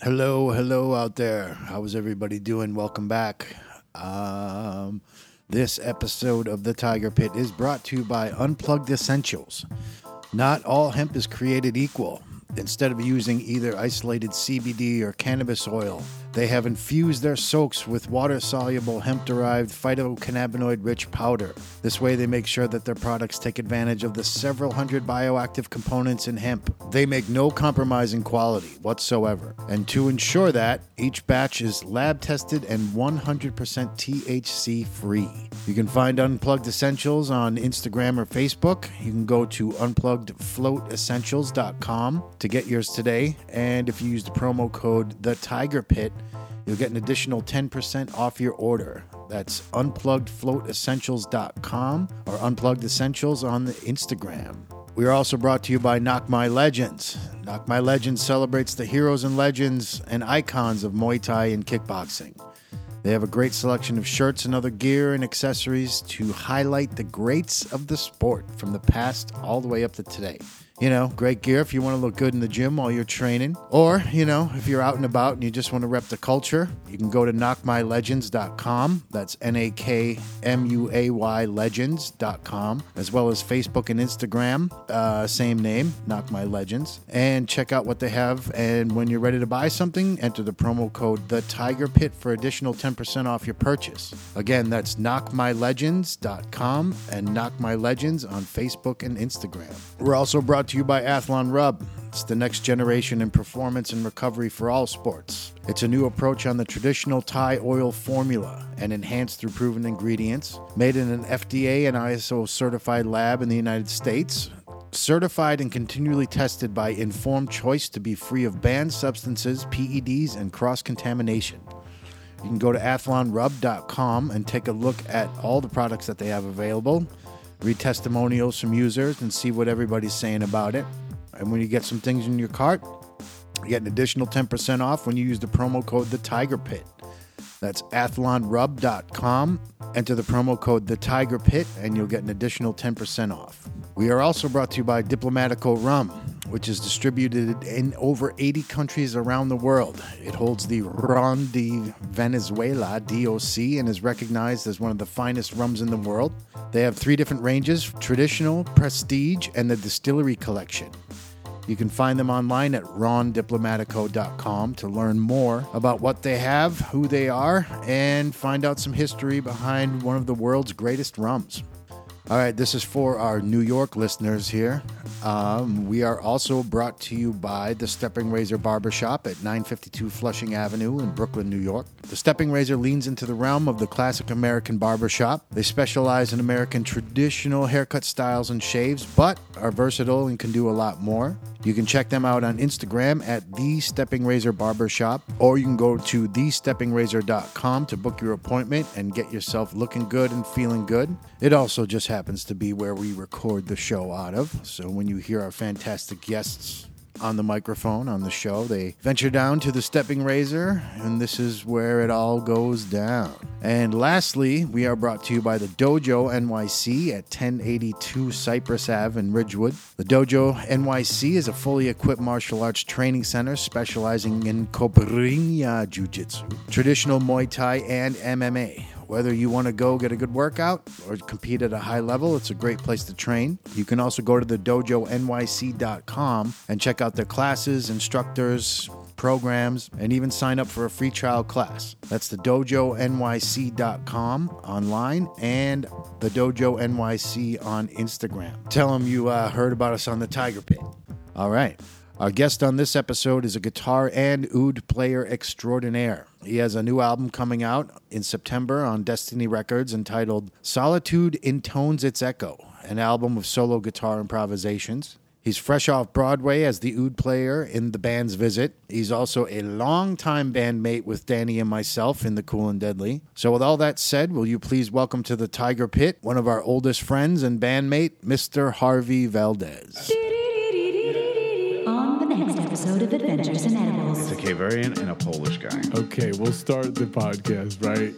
Hello, hello out there. How's everybody doing? Welcome back. Um, this episode of The Tiger Pit is brought to you by Unplugged Essentials. Not all hemp is created equal. Instead of using either isolated CBD or cannabis oil, they have infused their soaks with water soluble hemp derived phytocannabinoid rich powder. This way, they make sure that their products take advantage of the several hundred bioactive components in hemp. They make no compromise in quality whatsoever. And to ensure that, each batch is lab tested and 100% THC free. You can find Unplugged Essentials on Instagram or Facebook. You can go to unpluggedfloatessentials.com to get yours today. And if you use the promo code The Tiger Pit, you'll get an additional 10% off your order. That's unpluggedfloatessentials.com or unplugged essentials on the Instagram. We are also brought to you by Knock My Legends. Knock My Legends celebrates the heroes and legends and icons of Muay Thai and kickboxing. They have a great selection of shirts and other gear and accessories to highlight the greats of the sport from the past all the way up to today. You know, great gear if you want to look good in the gym while you're training. Or, you know, if you're out and about and you just want to rep the culture, you can go to knockmylegends.com. That's N A K M U A Y legends.com, as well as Facebook and Instagram, uh, same name, Knock My Legends. And check out what they have. And when you're ready to buy something, enter the promo code The Tiger Pit for additional 10% off your purchase. Again, that's knockmylegends.com and Knock My Legends on Facebook and Instagram. We're also brought to you by Athlon Rub. It's the next generation in performance and recovery for all sports. It's a new approach on the traditional Thai oil formula and enhanced through proven ingredients, made in an FDA and ISO certified lab in the United States certified and continually tested by informed choice to be free of banned substances, PEDs, and cross contamination. You can go to athlonrub.com and take a look at all the products that they have available, read testimonials from users, and see what everybody's saying about it. And when you get some things in your cart, you get an additional 10% off when you use the promo code The Tiger Pit. That's athlonrub.com. Enter the promo code The Tiger Pit, and you'll get an additional 10% off. We are also brought to you by Diplomatico Rum, which is distributed in over 80 countries around the world. It holds the Ron de Venezuela DOC and is recognized as one of the finest rums in the world. They have three different ranges traditional, prestige, and the distillery collection. You can find them online at rondiplomatico.com to learn more about what they have, who they are, and find out some history behind one of the world's greatest rums. All right, this is for our New York listeners here. Um, we are also brought to you by the Stepping Razor Barbershop at 952 Flushing Avenue in Brooklyn, New York. The Stepping Razor leans into the realm of the classic American barbershop. They specialize in American traditional haircut styles and shaves, but are versatile and can do a lot more. You can check them out on Instagram at The Stepping Razor Barbershop, or you can go to TheSteppingRazor.com to book your appointment and get yourself looking good and feeling good. It also just happens to be where we record the show out of, so when you hear our fantastic guests on the microphone on the show. They venture down to the stepping razor, and this is where it all goes down. And lastly, we are brought to you by the Dojo NYC at 1082 Cypress Ave in Ridgewood. The Dojo NYC is a fully equipped martial arts training center specializing in Cobrinha Jiu Jitsu, traditional Muay Thai, and MMA. Whether you want to go get a good workout or compete at a high level, it's a great place to train. You can also go to the dojonyc.com and check out their classes, instructors, programs, and even sign up for a free trial class. That's the dojonyc.com online and the dojo nyc on Instagram. Tell them you uh, heard about us on the Tiger Pit. All right. Our guest on this episode is a guitar and oud player extraordinaire. He has a new album coming out in September on Destiny Records entitled Solitude Intones Its Echo, an album of solo guitar improvisations. He's fresh off Broadway as the oud player in the band's Visit. He's also a longtime bandmate with Danny and myself in The Cool and Deadly. So, with all that said, will you please welcome to the Tiger Pit one of our oldest friends and bandmate, Mr. Harvey Valdez. On the next episode of Adventures in Edibles. It's a Cavarian and a Polish guy. Okay, we'll start the podcast right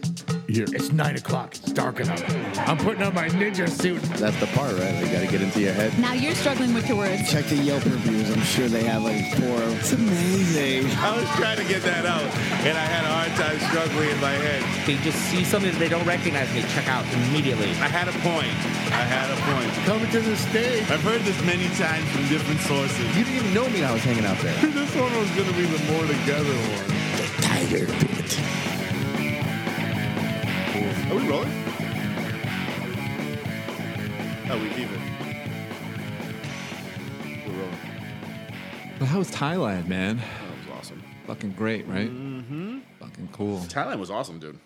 here. It's nine o'clock. It's dark enough. I'm putting on my ninja suit. That's the part, right? They got to get into your head. Now you're struggling with your words. Check the Yelp reviews. I'm sure they have like four. It's amazing. I was trying to get that out, and I had a hard time struggling in my head. They just see something that they don't recognize. They check out immediately. I had a point. I had a point. Coming to the stage. I've heard this many times from different sources. You didn't even know me when I was hanging out there. This one was going to be the more together one. Tiger Pit. Are we rolling? Oh, we keep it. We're rolling. But how was Thailand, man? That was awesome. Fucking great, right? Mm-hmm. Fucking cool. Thailand was awesome, dude.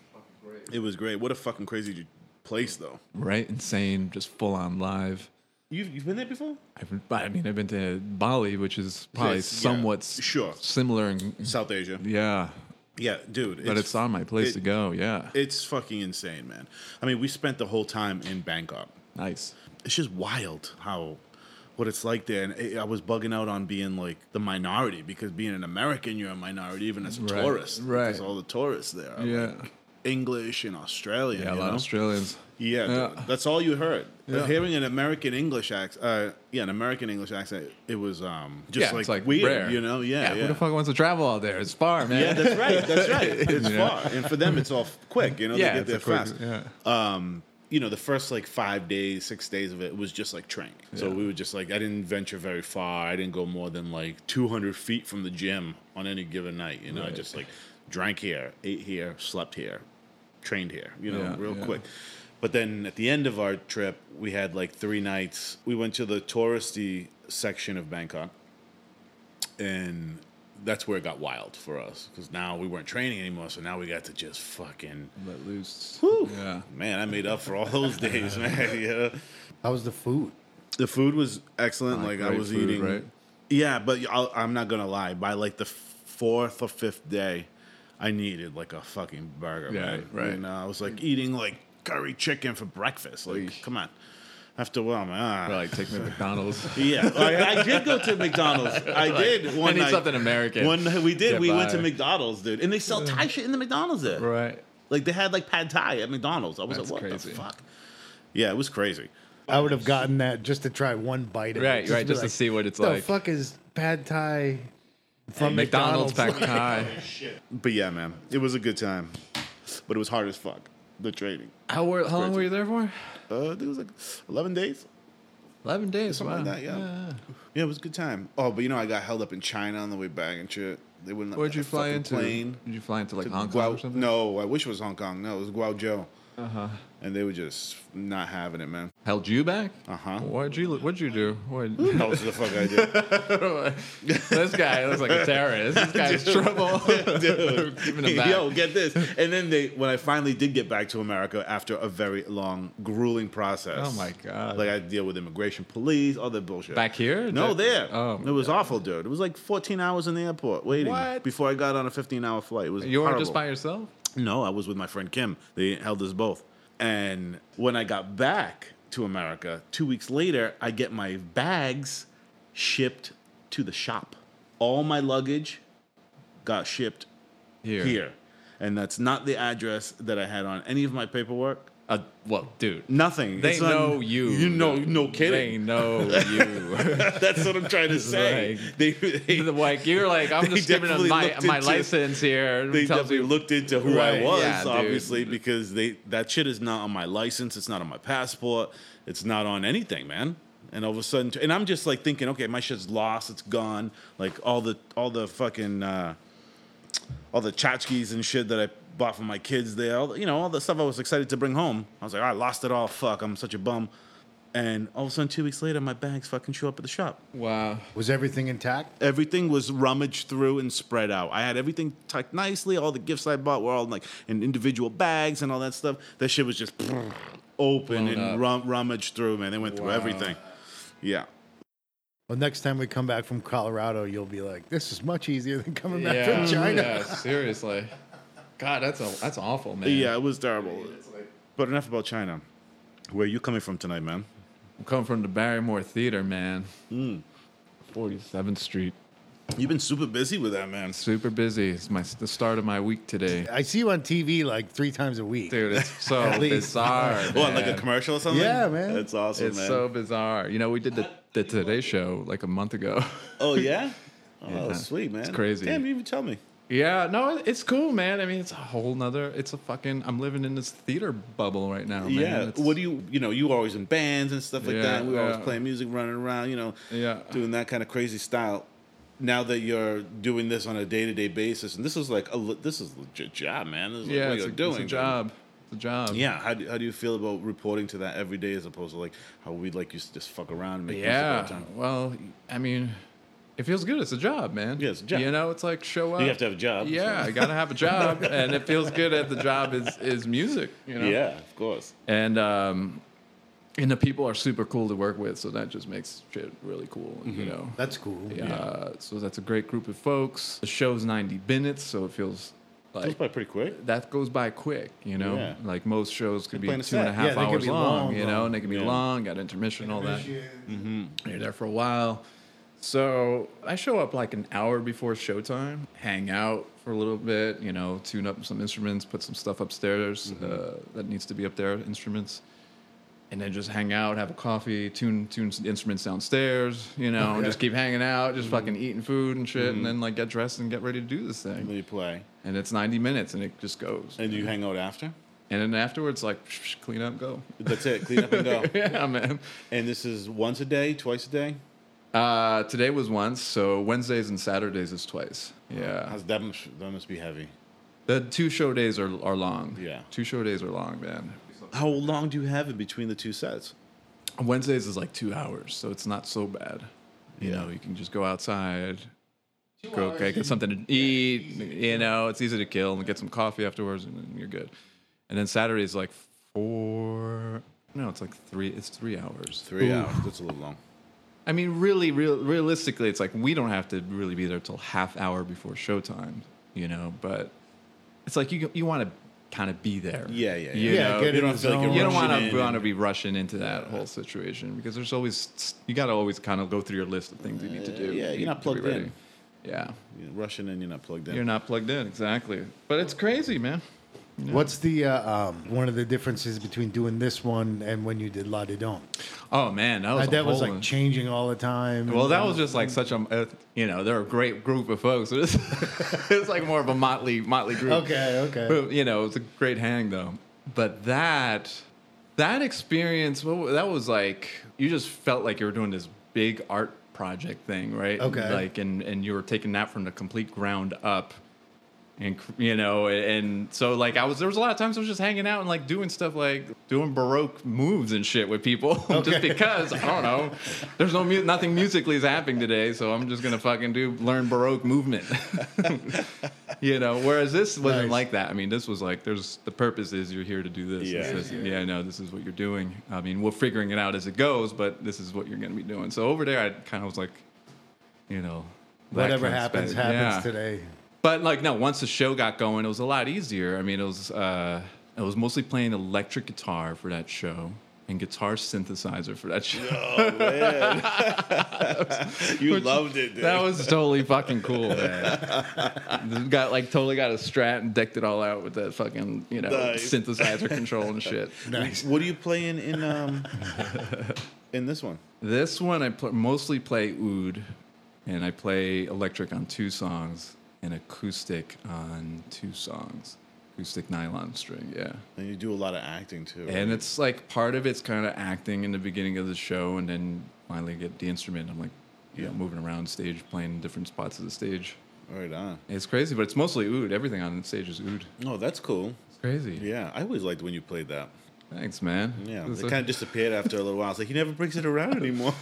It was great. What a fucking crazy place, though. Right? Insane. Just full on live. You've, you've been there before? I've, been- I mean, I've been to Bali, which is probably Yes, yeah. somewhat s- Sure. similar. And, South Asia. yeah. Yeah, dude. But it's, on my place it- to go. Yeah. It's fucking insane, man. I mean, we spent the whole time in Bangkok. nice. It's just wild how what it's like there. And it, I was bugging out on being like the minority because being an American, you're a minority even as a Right, tourist. right. Because all the tourists there are Yeah. like English and Australian. Yeah, a you lot of know? Australians. Yeah, Yeah. dude, that's all you heard. Yeah. Hearing an American English accent, uh, yeah, an American English accent, it was um, just yeah, like, it's like weird, rare. you know? Yeah, yeah. Who the fuck wants to travel out there? It's far, man. Yeah, that's right. That's right. It's Yeah. far, and for them, it's all f- quick. You know, Yeah, they get it's there a quick- fast. yeah. Um, you know, the first like five days, six days of it was just like training. So we were just like, I didn't venture very far. I didn't go more than like 200 feet from the gym on any given night. You know, I just like drank here, ate here, slept here, trained here. You know, Yeah, real yeah. quick. But then at the end of our trip, we had like three nights. We went to the touristy section of Bangkok and that's where it got wild for us because now we weren't training anymore, so now we got to just fucking Let loose. Whew. Yeah. man. I made up for all those days, man. Yeah, How was the food? the food was excellent. Like Like, I great was food, eating, right? yeah, but I'll, I'm not gonna lie. By like the fourth or fifth day, I needed like a fucking burger, Yeah, man. right. And uh, I was like eating like curry chicken for breakfast. Like, Eesh. come on. After a while, man. ah. Like, take me to McDonald's. Yeah, I, I did go to McDonald's. I did one I need night. something American. One night- we did. Get we went by. to McDonald's, dude, and they sell Thai shit in the McDonald's there. Right. Like they had like pad Thai at McDonald's. I was That's like, what crazy. the fuck? Yeah, it was crazy. I would have gotten that just to try one bite of it. Right, right, be just to see what it's like." The fuck is pad thai from McDonald's McDonald's? packed high. But yeah, man, it was a good time, but it was hard as fuck. The training. How, were, how long were you there for? Uh, I think it was like eleven days. 11 days. Something wow. like that, yeah. Yeah, it was a good time. Oh, but you know, I got held up in China on the way back and shit. They wouldn't. let me Where'd on you that fly fucking into? Plane. Did you fly into like to Hong Kong Guao- or something? Uh-huh. No, I wish it was Hong Kong. No, it was Guangzhou. Uh huh. And they were just not having it, man. Held you back? Uh-huh. What'd you What'd you do? What? That was the fuck I did. this guy looks like a terrorist. This guy's trouble. Giving him back. Yo, get this. And then they, when I finally did get back to America after a very long, grueling process. Oh, my God. Like I deal with immigration, police, all that bullshit. Back here? No, That- there. Oh, my it was awful, dude. It was like 14 hours in the airport waiting What? before I got on a 15-hour flight. It was You weren't horrible. just by yourself? No, I was with my friend Kim. They held us both. And when I got back to America, two weeks later, I get my bags shipped to the shop. All my luggage got shipped Here. here. And that's not the address that I had on any of my paperwork. Uh, well, dude. Nothing. They It's on- know you. You know, no They kidding. know you. That's what I'm trying to say. Right. They, they, The- like you're like I'm They just giving them definitely my looked my into- license here. they Tells definitely you- looked into who Right, I was, yeah, dude. obviously, because they that shit is not on my license. It's not on my passport. It's not on anything, man. And all of a sudden, and I'm just like thinking, okay, my shit's lost. It's gone. Like all the all the fucking uh, all the tchotchkes and shit that I bought for my kids there. All the, you know, all the stuff I was excited to bring home. I was like, I lost it all. Fuck, I'm such a bum. And all of a sudden, two weeks later, my bags fucking show up at the shop Wow. Was everything intact? everything was rummaged through and spread out. I had everything tucked nicely. All the gifts I bought were all like in individual bags and all that stuff. That shit was just open Blown up. and rum- rummaged through, man. They went through Wow. everything. Yeah. Well, next time we come back from Colorado, you'll be like, "This is much easier than coming back Yeah. from China." Yeah. Seriously. God, that's a that's awful, man. Yeah, it was terrible. But enough about China. Where are you coming from tonight, man? Hmm. Come from the Barrymore Theater, man. Forty seventh Street. You've been super busy with that, man. Super busy. It's my the start of my week today, I see you on TV like three times a week. dude. It's so At least. bizarre. What, like a man. commercial or something? Yeah, man. That's awesome, It's man. so bizarre. You know, we did the, the Today Show like a month ago. Oh yeah. Oh, Yeah. sweet, man. crazy. Damn, you even tell me. yeah, no, it's cool, man. I mean, it's a whole nother. It's a fucking. I'm living in this theater bubble right now, man. yeah. It's- What do you, you know, you were always in bands and stuff like Yeah, that. We were always yeah. playing music, running around, you know, Yeah. doing that kind of crazy style. Now that you're doing this on a day to day basis, and this is like a le- this is a legit job, man. This is Yeah, what it's you're a, doing. it's a man. job. It's a job. Yeah, how do, how do you feel about reporting to that every day as opposed to like how we like you just fuck around and make music all the Yeah. time? Well, I mean, it feels good. It's a job, man. Yeah, it's a job. You know, it's like show up. You have to have a job. Yeah, I gotta have a job, and it feels good at the job is is music. You know. Yeah, of course. And um, and the people are super cool to work with, so that just makes shit really cool. Mm-hmm. You know. That's cool. yeah. So that's a great group of folks. The show's ninety minutes, so it feels Goes like by pretty quick. that goes by quick, you know. Yeah. Like most shows could be two playing a and a set. half Yeah, they could hours be long, long, you know, long. and they can be Yeah. long, got intermission, all that. You're there for a while. So I show up like an hour before showtime, hang out for a little bit, you know, tune up some instruments, put some stuff upstairs Mm-hmm. uh, that needs to be up there, instruments, and then just hang out, have a coffee, tune tune some instruments downstairs, you know, and just keep hanging out, just Mm-hmm. fucking eating food and shit, and then like get dressed and get ready to do this And thing. then you play, And it's 90 minutes, and it just goes. and you hang out after. And then afterwards, like psh, psh, clean up, go. That's it. Clean up and go. yeah, man. And this is once a day, twice a day. Uh, today was once, so Wednesdays and Saturdays is twice. Yeah, How's that? Must, that must be heavy. the two show days are are long. Yeah. two show days are long, man. How long do you have in between the two sets? Wednesdays is like two hours, so it's not so bad. You know, you can just go outside, go okay, get something to eat. You know, it's easy to kill and get some coffee afterwards, and then you're good. And then Saturday is like four. No, it's like three. It's three hours. Three hours. That's a little long. I mean, really, real, realistically, it's like we don't have to really be there till half hour before showtime, you know. But it's like you you want to kind of be there. Yeah, yeah, yeah. You Yeah, know, get you in don't the feel like zone. you're you don't rushing want in to want to and- be rushing into that whole situation because there's always you got to always kind of go through your list of things you need to do. Uh, Yeah, you're You not need to be plugged in. ready. Yeah, You're rushing in. You're not plugged in. you're not plugged in exactly. But it's crazy, man. What's the uh, um, one of the differences between doing this one and when you did La de Don? Oh man, that was Uh, a that was whole- like changing all the time. Well, that was just like such a, uh, you know, they're a great group of folks. It's, it's like more of a motley, motley group. Okay, okay. But, you know, it's a great hang though. But that, that experience, well, that was like you just felt like you were doing this big art project thing, right? Okay. Like, and and you were taking that from the complete ground up. And cr- you know, and so like I was, there was a lot of times I was just hanging out and like doing stuff like doing baroque moves and shit with people, just Okay. because I don't know. There's no mu- nothing musically is happening today, so I'm just gonna fucking do learn baroque movement. you know, whereas this wasn't Nice. like that. I mean, this was like there's the purpose is you're here to do this. Yeah. This, this, yeah, no, this is what you're doing. I mean, we're figuring it out as it goes, but this is what you're gonna be doing. So over there, I kind of was like, you know, that whatever kind of happens space. happens Yeah. today. But like no, once the show got going, it was a lot easier. I mean, it was uh, it was mostly playing electric guitar for that show and guitar synthesizer for that show. You loved it, dude. That was totally fucking cool, man. This got like totally got a strat and decked it all out with that fucking you know Nice. synthesizer control and shit. What are you playing in um in this one? This one I pl- mostly play oud, and I play electric on two songs and acoustic on two songs, acoustic nylon string, yeah. And you do a lot of acting too. right? And it's like part of it's kind of acting in the beginning of the show, and then finally get the instrument. I'm like, you know, moving around stage, playing in different spots of the stage. right on. It's crazy, but it's mostly oud. Everything on stage is oud. Oh, that's cool. It's crazy. Yeah, I always liked when you played that. Thanks, man. Yeah, It's it a- kind of disappeared after a little while. It's like he never brings it around anymore.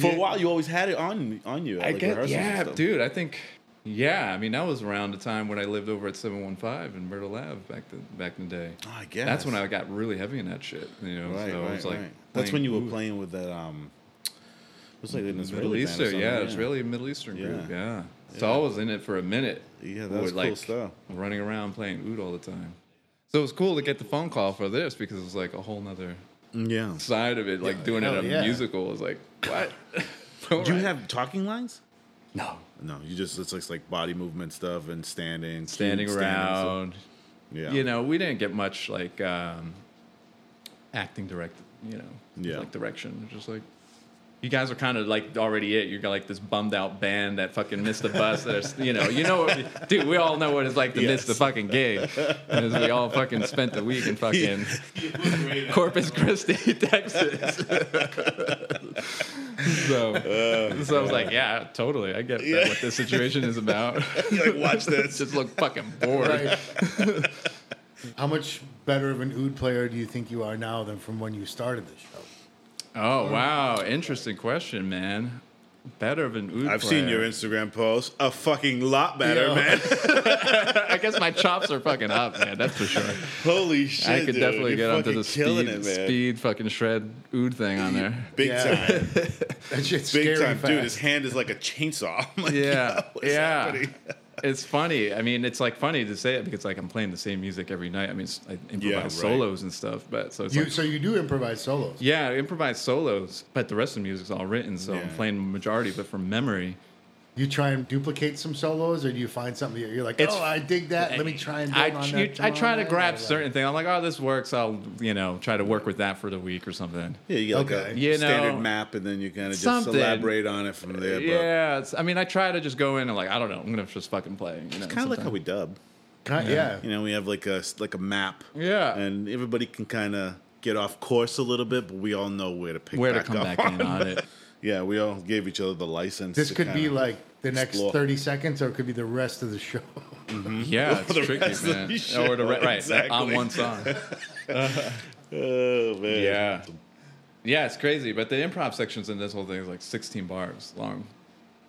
For a while, you always had it on on you. At, I like, get, rehearsals and yeah, stuff. dude. I think, yeah. I mean, that was around the time when I lived over at 715 in Myrtle Ave back the, back in the day. Oh, I guess That's when I got really heavy in that shit. You know, Right, so right, it was like right. That's when you were oud. playing with that. Um, it was like an Israeli Middle band or Eastern, something, yeah, it's really a Middle Eastern group, Yeah. yeah. So I was in it for a minute. Yeah, that was with, cool stuff. Running around playing oud all the time. So it was cool to get the phone call for this because it was like a whole nother Yeah. side of it, like doing it hell on yeah. a musical. was like, what? All Do you right. have talking lines? No. No, you just it's like, like body movement stuff and standing, Standing and stuff. around. Yeah, You know, we didn't get much like um, acting direct, you know, Yeah. like direction. Just like you guys are kind of like already it. You're like this bummed out band that fucking missed the bus. There's, you know, you know, what, dude. We all know what it's like to miss Yes. the fucking gig. Because we all fucking spent the week in fucking Corpus Christi, Texas. so, Oh, so I was like, yeah, totally. I get that, what this situation is about. like watch this. Just look fucking bored. How much better of an oud player do you think you are now than from when you started the show? Oh wow, interesting question, man. Better of an oud I've seen your player. Instagram post. A fucking lot better, Yeah. man. I guess my chops are fucking up, man. That's for sure. Holy shit! I could dude. definitely You're get fucking onto the killing speed, it, man. speed fucking shred oud thing on there. Big Yeah. time, That shit's big scary time, fast. dude. His hand is like a chainsaw. I'm like, Yeah, what's yeah. happening? It's funny. I mean, it's like funny to say it because like I'm playing the same music every night. I mean, it's- I improvise right. solos and stuff, but so it's You, like, so you do improvise solos. yeah, I improvise solos, but the rest of the music's all written, so I'm Yeah. playing the majority of it from memory. You try and duplicate some solos, or do you find something that you're like, It's- oh, I dig that. Let me try and. I, build on tr- that I tomorrow try to night," grab or- certain things. I'm like, oh, this works. I'll, you know, try to work with that for the week or something. Yeah, you get like Okay. a You know, standard map, and then you kind of just something. elaborate on it from there. But yeah, Yeah, it's, I mean, I try to just go in and like, I don't know, I'm gonna just fucking play. You know, kind of like how sometime. we dub. Kind- yeah. You know, we have like a like a map. Yeah. and everybody can kind of get off course a little bit, but we all know where to pick where to back come up back in on it. Yeah, we all gave each other the license. This to could be kinda- like the next explore. thirty seconds, or it could be the rest of the show. Yeah, it's the rest tricky, of man. the or the show, re- right exactly. on one song. oh man, Yeah, yeah, it's crazy. But the improv sections in this whole thing is like 16 bars long.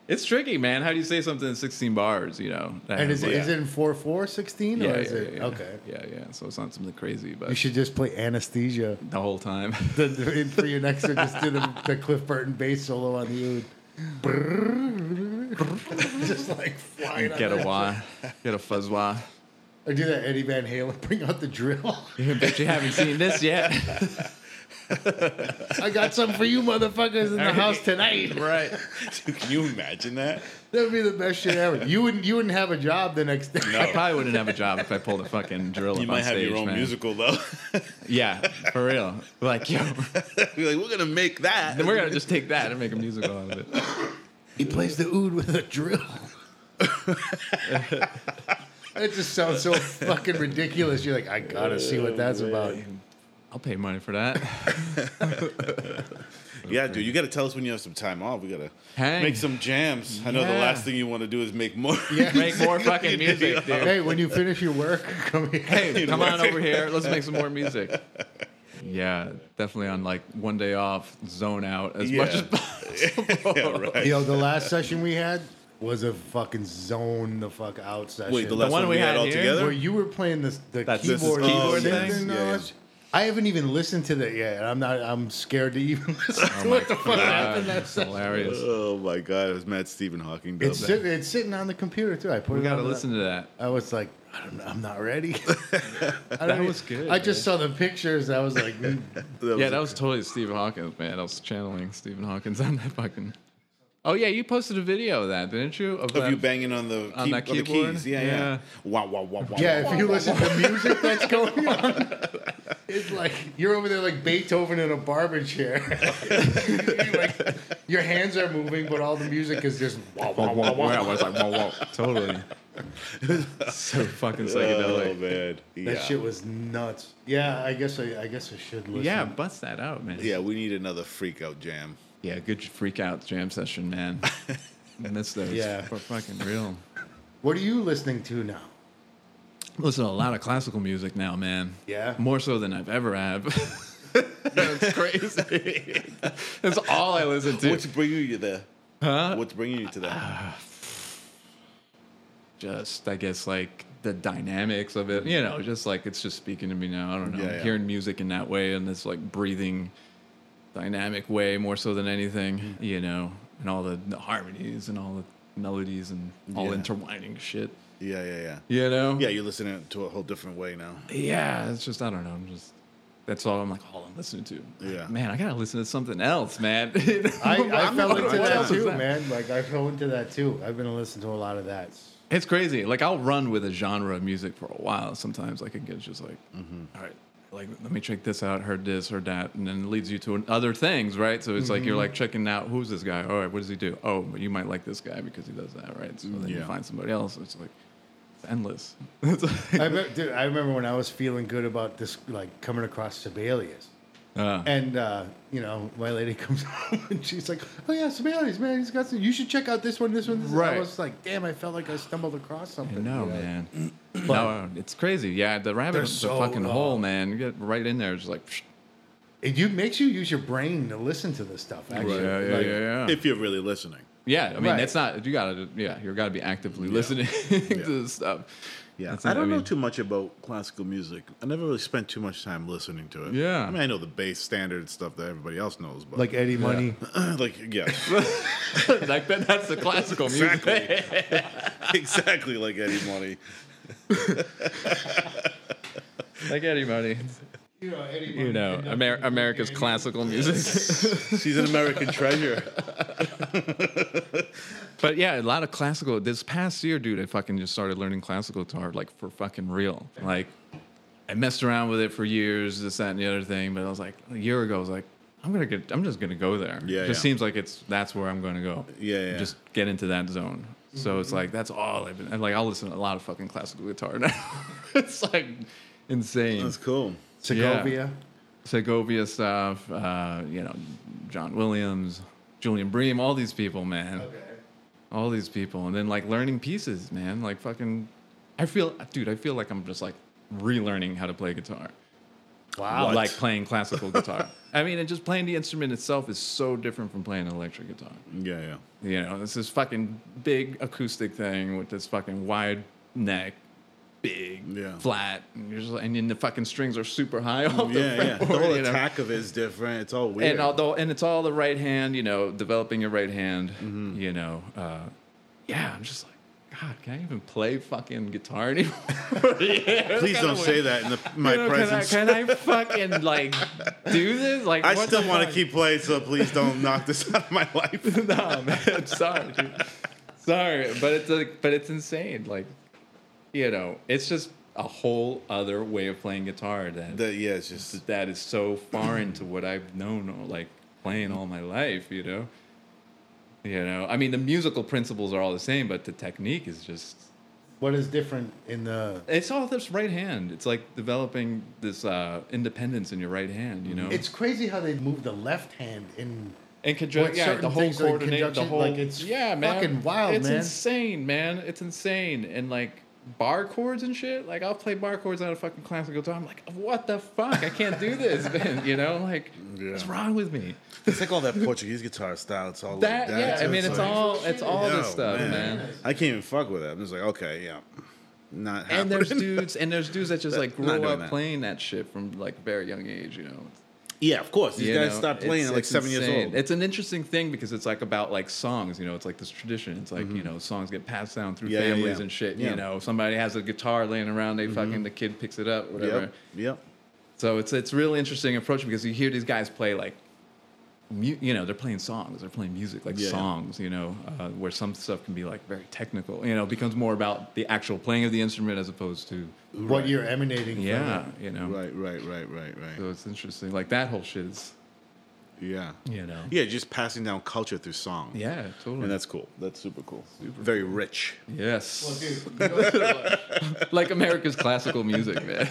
It's tricky, man. How do you say something in 16 bars? You know, that And has, is, it like- is it in four four sixteen, yeah, or is yeah, it yeah. okay? Yeah, yeah. So it's not something crazy, You but should just play anesthesia the whole time. the, the, for your next one. Just do the, the Cliff Burton bass solo on the oud. just like flying. on Get a that. wah, get a fuzz wah. Or do that Eddie Van Halen. Bring out the drill. But you haven't seen this yet. I got some for you motherfuckers in the house tonight. right. Can you imagine that? That would be the best shit ever. You wouldn't you wouldn't have a job the next day. I probably wouldn't have a job if I pulled a fucking drill You up might on have stage, your own man. musical though. Yeah, for real. Like, yo, You're like, we're gonna make that. then we're gonna just take that and make a musical out of it. He plays the oud with a drill. it just sounds so fucking ridiculous. You're like, I gotta see what that's about. I'll pay money for that. Yeah, dude, you got to tell us when you have some time off. We gotta Hang. make some jams. I know the Yeah. last thing you want to do is make more. Yeah. Make more fucking music, dude. Hey, when you finish your work, come here. Hey, come on over here. Let's make some more music. Yeah, definitely on like one day off, zone out as much as possible. yeah, right. Yo, the last session we had was a fucking zone the fuck out session. Wait, the last one one, we we had had all here? where together. you were playing this the That's- this is keyboard, keyboard thing. thing? and Yeah, all yeah. that shit. I haven't even listened to that yet. and I'm not. I'm scared to even listen to what the fuck happened that Oh That's session. hilarious. Oh my god, it was Matt Stephen Hawking. dub It's that. sit, it's sitting on the computer too. I put We it gotta on the- listen to that. I was like, I don't know, I'm not ready. I That don't- was good, eh? I just saw the pictures. I was like, mm. Yeah, that was totally Stephen Hawkins, man. I was channeling Stephen Hawkins on that fucking. Oh yeah, you posted a video of that, didn't you? of that- you banging on the, on key- that on the keyboard? keys. Yeah, Yeah. yeah. Wow, wow, wow, wow. yeah. If you listen to music that's going on, it's like you're over there like Beethoven in a barber chair. like your hands are moving, but all the music is just. Wah, wah, wah, wah. Yeah, I was like, whoa, whoa, totally. so fucking Oh psychedelic. man, yeah. That shit was nuts. Yeah, I guess I, I guess I should listen. yeah, bust that out, man. Yeah, we need another freak out jam. Yeah, good freak out jam session, man. I miss those. Yeah. For fucking real. What are you listening to now? Listen to a lot of classical music now, man. Yeah? More so than I've ever have. That's crazy. That's all I listen to. What's bringing you there? Huh? Ah. What's bringing you to that? just I guess like the dynamics of it. You know, just like it's just speaking to me now. I don't know. Yeah, yeah. Hearing music in that way and this like breathing dynamic way more so than anything, Mm-hmm. you know, and all the, the harmonies and all the melodies and all Yeah. intertwining shit. Yeah, yeah, yeah. You know? Yeah, you're listening to it a whole different way now. Yeah, it's just I don't know. I'm just That's all I'm like, all I'm listening to. Yeah. Man, I gotta listen to something else, man. You know? I, I I'm fell like, into what that else is too, that? man. Like I fell into that too. I've been listening to a lot of that. It's crazy. Like I'll run with a genre of music for a while. Sometimes like it gets just like, Mm-hmm. all right, like let me check this out. Heard this, heard that, and then it leads you to an- other things, right? So it's like Mm-hmm. you're like checking out who's this guy. All right, what does he do? Oh, but you might like this guy because he does that, right? So then you Yeah. find somebody else. It's like it's endless. It's like- I, me- dude, I remember when I was feeling good about this, like coming across Sibelius. Ah. And uh, you know, my lady comes home and she's like, "Oh yeah, Sibelius, man, he's got some. You should check out this one, this one, this." one." Right. I was like, "Damn, I felt like I stumbled across something." No, you know? man. no, it's crazy. Yeah, the rabbit, They're the so fucking long. hole, man. You get right in there, just like. psh. It you makes you use your brain to listen to this stuff. Actually, Yeah, yeah, Like, yeah, yeah. If you're really listening. yeah, I mean, Right. it's not. You gotta, yeah, you gotta be actively listening to this stuff. That's I it, don't know mean, too much about classical music. I never really spent too much time listening to it. Yeah. I mean, I know the bass standard stuff that everybody else knows, but like Eddie Money. like yeah, like that, that's the classical music. exactly, exactly like Eddie Money. like anybody, You know, Eddie Money you know, ended up Amer- being America's Eddie- classical music. She's an American treasure. but yeah, a lot of classical. This past year, dude, I fucking just started learning classical guitar, like for fucking real. Like, I messed around with it for years, this, that, and the other thing. But I was like, a year ago, I was like, I'm gonna get. I'm just gonna go there. Yeah, It just yeah. seems like it's that's where I'm gonna go. Yeah, Mm-hmm. yeah. Just get into that zone. So it's like that's all I've been. And like I'll listen to a lot of fucking classical guitar now. it's like insane. That's cool. Segovia. Segovia stuff, uh, you know, John Williams, Julian Bream, all these people, man. All these people. And then like learning pieces, man. Like fucking I feel dude, I feel like I'm just like relearning how to play guitar. Wow. Like playing classical guitar. I mean, and just playing the instrument itself is so different from playing an electric guitar. Yeah, yeah. You know, it's this fucking big acoustic thing with this fucking wide neck, big, Yeah. flat, and you're just and then the fucking strings are super high off the Yeah, yeah. The fretboard, whole you know? attack of it is different. It's all weird. and although and it's all the right hand you know developing your right hand Mm-hmm. you know uh, yeah i'm just like god can i even play fucking guitar anymore Yeah, Please kinda don't weird. say that in the, my You know, can I, presence. can I fucking like do this like I what still the want to fuck? keep playing, so please don't knock this out of my life. no man i'm sorry dude sorry but it's like but it's insane like you know it's just a whole other way of playing guitar that That- yeah, it's just that is so foreign to what I've known or like playing all my life, you know. You know, I mean the musical principles are all the same, but the technique is just What is different in the? it's all this right hand. It's like developing this uh, independence in your right hand, you know. It's crazy how they move the left hand in. in Like conjunction, yeah, certain the whole things are in coordinate, the conjunction, whole like, it's yeah, man, fucking wild, it's man. insane, man, it's insane, and like bar chords and shit. Like I'll play bar chords on a fucking classical guitar. I'm like, what the fuck? I can't do this, man. You know, like what's wrong with me? it's like all that Portuguese guitar style. It's all That like yeah, that. I mean it's like- all it's all this Oh, stuff, man. I can't even fuck with it. I'm just like, okay, yeah, not happening. And there's dudes and there's dudes that just like Not grow doing up that. playing that shit from like a very young age, you know. yeah, of course. These You guys know, stopped playing it's- at like it's seven years insane. old. It's an interesting thing because it's like about like songs, you know. It's like this tradition. It's like you know songs get passed down through Mm-hmm. Yeah, yeah, families yeah. and shit. Yeah. Mm-hmm. You know, somebody has a guitar laying around, they fucking the kid picks it up, whatever. yep, yep. So it's it's really interesting approach because you hear these guys play like, mu- you know, they're playing songs, they're playing music like Yeah, yeah. songs, you know, uh, where some stuff can be like very technical, you know, it becomes more about the actual playing of the instrument as opposed to What you're emanating. yeah, you know. Right, right, right, right, right. So it's interesting. Like that whole shit is, Yeah, you know. yeah. Just passing down culture through song. Yeah, totally. and that's cool. That's super cool. Very rich. yes. From. Dude, like America's classical music, man.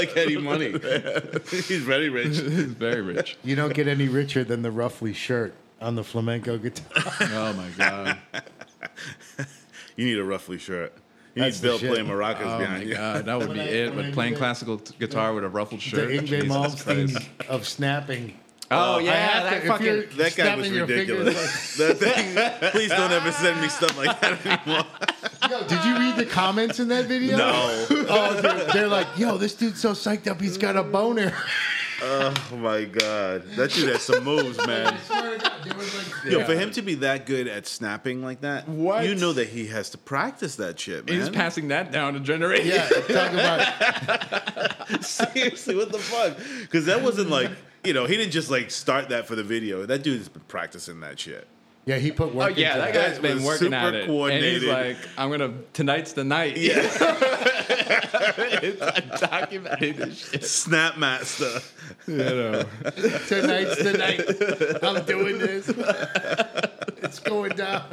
like Eddie Money. He's very rich. it's very rich. You don't get any richer than the roughly shirt on the flamenco guitar. Oh my god. You need a roughly shirt. You That's need the Bill shit. playing maracas Oh behind my you. god. That would When be I- it. when I But playing did that- classical t- guitar with a ruffled the shirt. Ingve Jesus Christ. Malmsteen of snapping. Oh I have to- if you're- That guy was snapping your fingers, ridiculous. That thing- please don't ever send me stuff like that anymore. Yo, did you read the comments in that video? No. Oh, dude, they're like, yo, this dude's so psyched up, he's got a boner. Oh my god. That dude has some moves, man. swear to God, there was like Yo, for him to be that good at snapping like that, What? you know that he has to practice that shit, man. He's passing that down to generation. Yeah, talk about Seriously, what the fuck? Because that wasn't like you know he didn't just like start that for the video. That dude's been practicing that shit. yeah. He put Oh work. yeah, that into guy's That been was working at super it, and he's coordinated. like, "I'm gonna tonight's the night." Yeah, it's a documented shit. Snap master. You know. it. tonight's the night. I'm doing this. It's going down.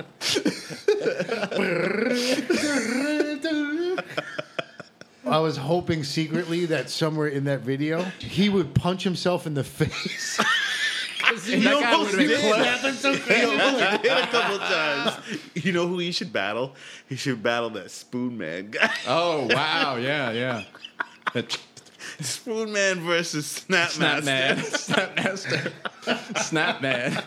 I was hoping secretly that somewhere in that video he would punch himself in the face. And that guy would have been close. He almost did a couple times. You know who he should battle? He should battle that Spoon Man guy. Oh wow, yeah, yeah. That Spoon Man versus Snap, snap Master. man, snap master, snap man.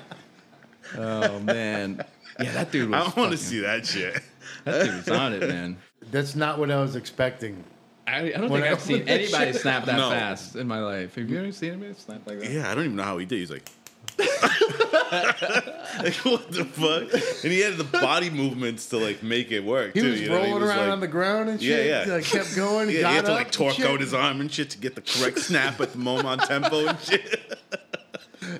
Oh man, yeah, that dude was. I want to fucking- see that shit. That dude was on it, man. That's not what I was expecting. I, I don't When think I I've seen opened that anybody shit- snap that No. fast in my life. Have you ever seen anybody snap like that? Yeah, I don't even know how he did. He's like, like what the fuck? And he had the body movements to like make it work. He too, was you know? rolling was, around like- on the ground and Yeah, shit. yeah. Like, kept going. Yeah, got he had to like up, torque shit. out his arm and shit to get the correct snap at the moment on tempo and shit.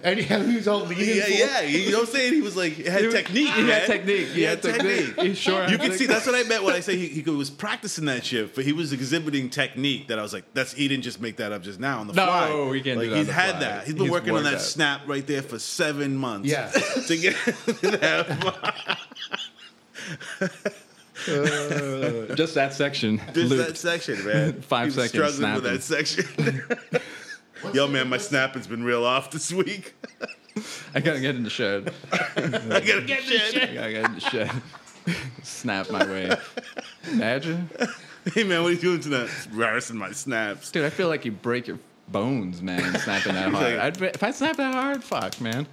And yeah, he was all leaning. Yeah, forward. yeah. You know what I'm saying? He was like, he had He was- technique. He man. had technique. He, had, technique. He sure. You had can technique. see that's what I meant when I say he, he was practicing that shit, but he was exhibiting technique that I was like, that's he didn't just make that up just now on the No, fly. he can't do like, that on He's the had fly. that. He's been He's working on worked that that. snap right there for seven months. Yeah. to get that. Just that section. Just looped. that section, man. Five he was seconds Struggling with that section. Yo, man, my snapping's been real off this week. I gotta get in the shed. I gotta get shit. I gotta get in the shed. Snap my way. Imagine, Hey, man, what are you doing tonight? Embarrassing my snaps. dude. I feel like you break your bones, man, snapping that hard. like- I'd, be- if I snap that hard, fuck, man.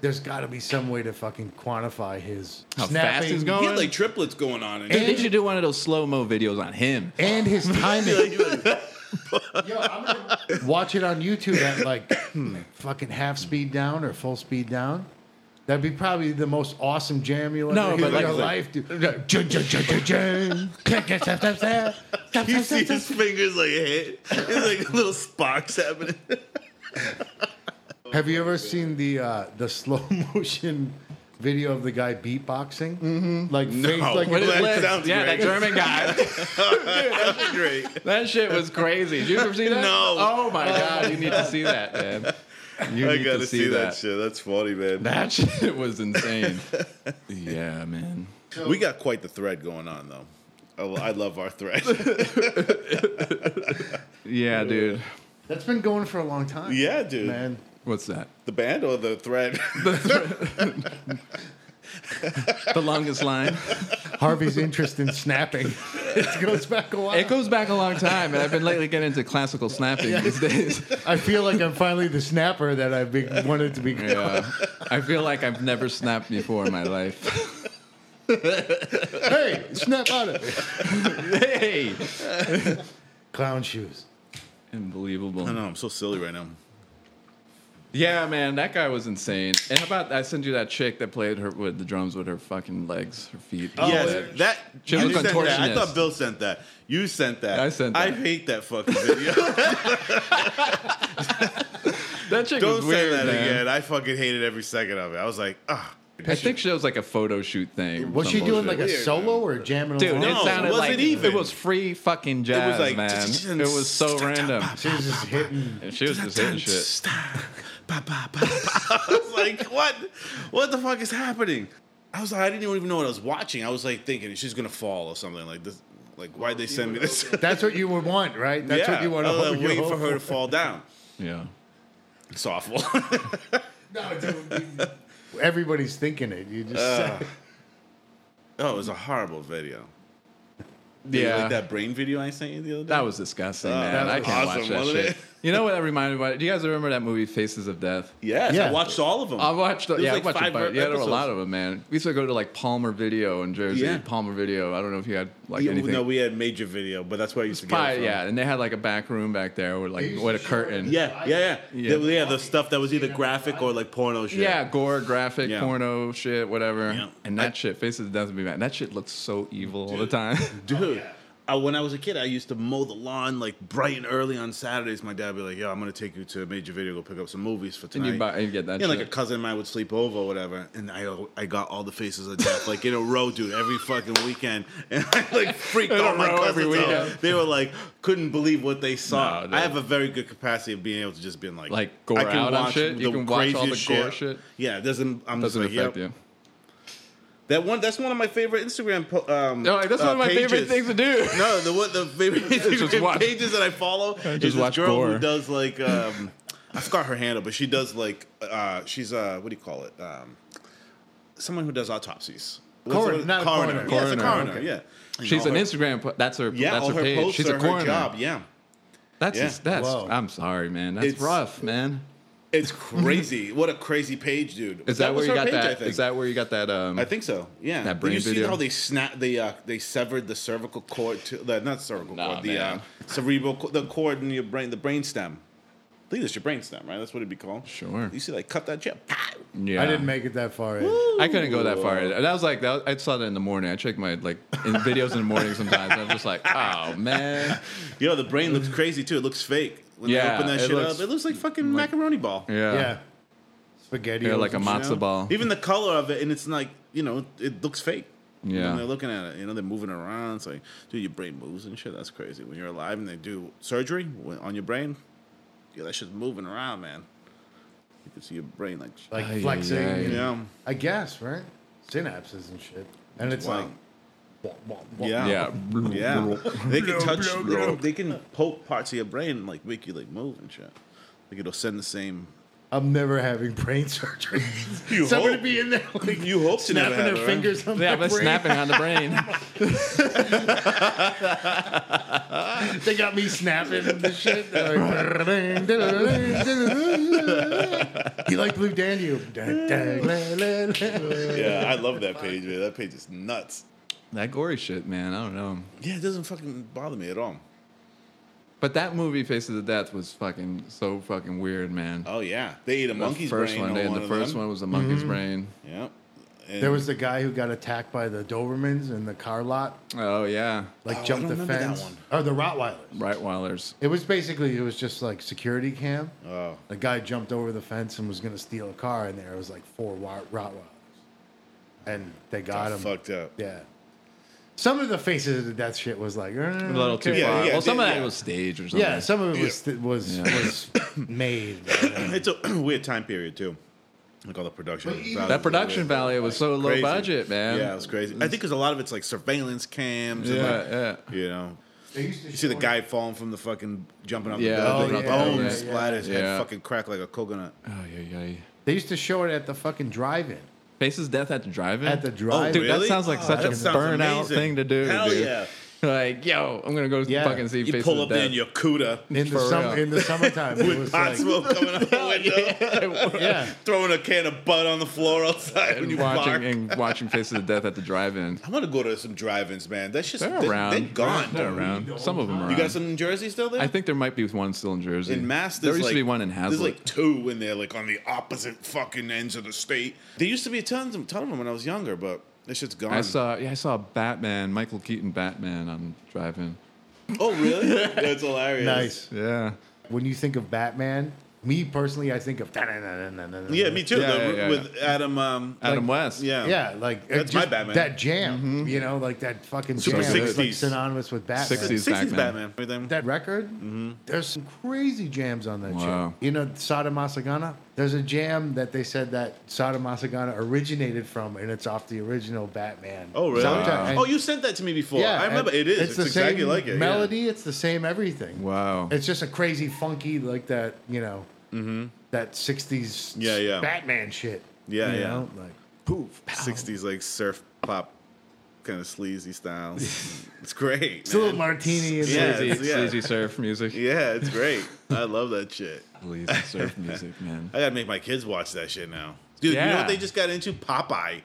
There's got to be some way to fucking quantify his How snapping fast he's He going. had like triplets going on. And Dude, they should do one of those slow mo videos on him. and his timing. Yo, I'm gonna watch it on YouTube at like hmm, fucking half speed down or full speed down. That'd be probably the most awesome jam you'll No, ever hear but in like- your life, dude. Jun, jun, jun, jun, jun. Clack, clack, clap, clap, clap. Clap, You clap, see clap, clap. his fingers like hit. It's like little sparks happening. Have you ever seen the uh, the slow motion video of the guy beatboxing? Mm-hmm. Like, fake- like With his That lips. sounds Yeah, great. that German guy. That's great. That shit was crazy. Did you ever see that? No. Oh my god, you need to see that, man. You I need gotta to see, that. shit. That's funny, man. That shit was insane. yeah, man. we got quite the thread going on, though. Oh, I love our thread. Yeah, dude. that's been going for a long time. yeah, dude. man. What's that? The band or the thread? The longest line. Harvey's interest in snapping. It goes back a while. It goes back a long time, and I've been lately getting into classical snapping these days. I feel like I'm finally the snapper that I be- wanted to be. Yeah. I feel like I've never snapped before in my life. Hey, snap out of it. hey! Clown shoes. Unbelievable. I know. I'm so silly right now. Yeah, man, that guy was insane. And how about I send you that chick that played her with the drums with her fucking legs, her feet. Oh, yes, that She you was a sent that. I contortionist. thought Bill sent that. You sent that. I sent I that. hate that fucking video. that chick Don't was send weird. that man. again. I fucking hated every second of it. I was like, ah. I think she was like a photo shoot thing. Was she doing like a Weird. solo or jamming Dude, along? it No, sounded it wasn't like even. it was free fucking jazz, like- man. It was so random. She was just hitting. And she was just hitting shit. Ba, ba, ba, ba. I was like, what? What the fuck is happening? I was like, I didn't even know what I was watching. I was like thinking she's gonna fall or something like this. Like, why'd they send me this? That's what you would want, right? That's what you want I to was hope like, you Oh, waiting for hope her to fall down. Yeah. It's awful. No, dude, you- Everybody's thinking it. You just Uh, oh, it was a horrible video. Did you Yeah. like that, that brain video I sent you the other day. was disgusting, man. that I was can't awesome, watch that wasn't shit. it? You know what that reminded me? of? Do you guys remember that movie Faces of Death? Yes, Yeah. I watched all of them. I watched. There's yeah, like I watched five a bunch. Yeah, there were a episodes. lot of them, man. We used to go to like Palmer Video in Jersey. Yeah. Palmer Video. I don't know if you had like Yeah, anything. No, we had major video, but that's where I used to get it Probably, from. yeah, and they had like a back room back there with like with a curtain. Yeah, yeah, yeah. Yeah. The, yeah, the stuff that was either graphic or like porno shit. Yeah, gore, graphic, Yeah. porno, shit, whatever. Yeah. And that shit, Faces of Death would be mad. That shit looks so evil all the time. Dude, I, when I was a kid, I used to mow the lawn like bright and early on Saturdays. My dad would be like, yo, I'm going to take you to a major video, go pick up some movies for And tonight. you buy- and you get that Yeah, like a shit. cousin of mine would sleep over or whatever. And I I got all the faces of death like in a row, dude, every fucking weekend. And I like freaked In a out my row cousins every out. weekend. They were like, couldn't believe what they saw. No, dude. I have a very good capacity of being able to just be like, Like, gore I can out on watch shit? The You can watch all the craziest gore shit? Yeah, it doesn't, I'm Doesn't just like, affect yep. you. That one, that's one of my favorite Instagram. Po- um, No, like, that's uh, one of my favorite pages. things to do. No, the what the favorite just Instagram watch- pages that I follow is this watch girl gore. who does like um, I forgot her handle, but she does like uh, she's uh, what do you call it? Um, someone who does autopsies. What's Coroner, the- not a coroner. Yeah, it's a Coroner, coroner. Yeah, And She's all an her- Instagram. po- That's her. Yeah, that's all her, her, page. posts She's are a coroner. her job. Yeah, That's Yeah. just- that's. Whoa. I'm sorry, man. That's It's- rough, man. it's crazy. what a crazy page, dude. Is that, where was you her got page, that? Is I think. that where you got that? Um, I think so. Yeah. That Did brain you see video? how they snap they uh, they severed the cervical cord to the not cervical Nah, cord, the uh, man. cerebral co- the cord in your brain, the brain stem. I think it's your brain stem, right? That's what it'd be called. Sure. You see, like cut that chip. yeah. I didn't make it that far. in. I couldn't go that far. And I was like, that was, I saw that in the morning. I check my like in videos in the morning sometimes. and I'm just like, oh man. You know, the brain looks crazy too. It looks fake. When Yeah, they open that it shit looks- up, it looks like fucking macaroni ball. Yeah. Yeah. yeah. Spaghetti. like a You know? matzo ball. Even the color of it, and it's like, you know, it looks fake. You know, Yeah. they're looking at it, you know, they're moving around. It's like, dude, your brain moves and shit. That's crazy. When you're alive and they do surgery on your brain, yeah, that shit's moving around, man. You can see your brain like, like Ay, flexing. ay, ay. yeah, I guess, right? Synapses and shit. And it's Wow. like, wah, wah, wah. yeah, Yeah. yeah. they can touch, blow, blow. they can poke parts of your brain and like make you like move and shit. Like it'll send the same. I'm never having brain surgery. You Somebody hope. be in there like You hope to never snapping have their it, right? fingers on Yeah, my but brain. snapping on the brain. They got me snapping and the shit. They're Like, you like Blue Danube? Dun, dun, la, la, la. Yeah, I love that page, man. That page is nuts. that gory shit, man. I don't know. Yeah, it doesn't fucking bother me at all. But that movie, Faces of Death, was fucking so fucking weird, man. Oh yeah, they ate a monkey's the first brain. one, on they had one the of first them. one was the monkey's Mm-hmm. brain. Yep. And There was the guy who got attacked by the Dobermans in the car lot, Oh yeah, like Oh, I jumped don't the remember that fence. one. Or the Rottweilers. Rottweilers. It was basically, it was just like security cam. Oh. The guy jumped over the fence and was going to steal a car, and there was like four wa- Rottweilers. And they got him. fucked up. Yeah. Some of the faces of the death shit was like, A little too okay. Yeah, far. yeah, well, some of yeah. that was stage or something. Yeah, some of it was was was made. man. It's a weird time period too. Like all the production. value that production was value was so low crazy. budget, man. Yeah, it was crazy. I think because a lot of it's like surveillance cams. Yeah, and like, yeah. You know, They used to you see the show- guy falling from the fucking jumping off Yeah, the building, jumping off the bone building. splattered, his Yeah. head fucking cracked like a coconut. Oh yeah, yeah. They used to show it at the fucking drive-in. Faces of Death at the drive-in. At the drive-in. dude, Oh, Really? that sounds like Oh, such a that sounds burnout amazing. thing to do. Hell dude. yeah. Like, yo, I'm gonna go Yeah. fucking see You Faces pull of up there Death. in your cuda in the For sum, real. in the summertime. it was with pot like, smoke coming out the window. yeah, throwing a can of butt on the floor outside when and you watching bark. and watching Faces of Death at the drive-in. I want to go to some drive-ins, man. That's just They're they, around. They're gone. They're around. Some of them are. You around. got some in Jersey still there? I think there might be one still in Jersey. in Mass. there there's used like, to be one in Hazlitt. There's like two in there, like on the opposite fucking ends of the state. There used to be a ton of, ton of them when I was younger, but that shit's gone. I saw, yeah, I saw Batman, Michael Keaton Batman on drive-in. Oh really? That's hilarious. nice. Yeah, When you think of Batman, me personally, I think of Yeah, me too. Yeah, though, yeah, yeah, with Adam. Um, Adam West. yeah. Yeah, like it That's my just- Batman. Mm-hmm. That jam, you know, like that fucking Super jam. It's like 60s. synonymous with Batman. 60s. He's Sixties Batman. Batman. Everything. That record, there's some crazy jams on that Wow. shit. You know, Sada Masagana? There's a jam that they said that Sada Masagana originated from, and it's off the original Batman. Oh really? soundtrack. And- Oh, you sent that to me before. yeah, I remember. and It is. It's, the exactly same like it. yeah. Melody, it's the same everything. Wow. It's just a crazy, funky, like that, you know, that 60s Mm-hmm. Yeah, yeah. Batman shit. Yeah, you yeah. know, Like, Sixties like surf pop kind of sleazy style. it's great. It's a little man. martini. in there. Yeah, Sleazy, yeah. sleazy surf music. Yeah, it's great. I love that shit. Sleazy surf music, man. I gotta make my kids watch that shit now. Dude, you know Yeah. what they just got into? Popeye.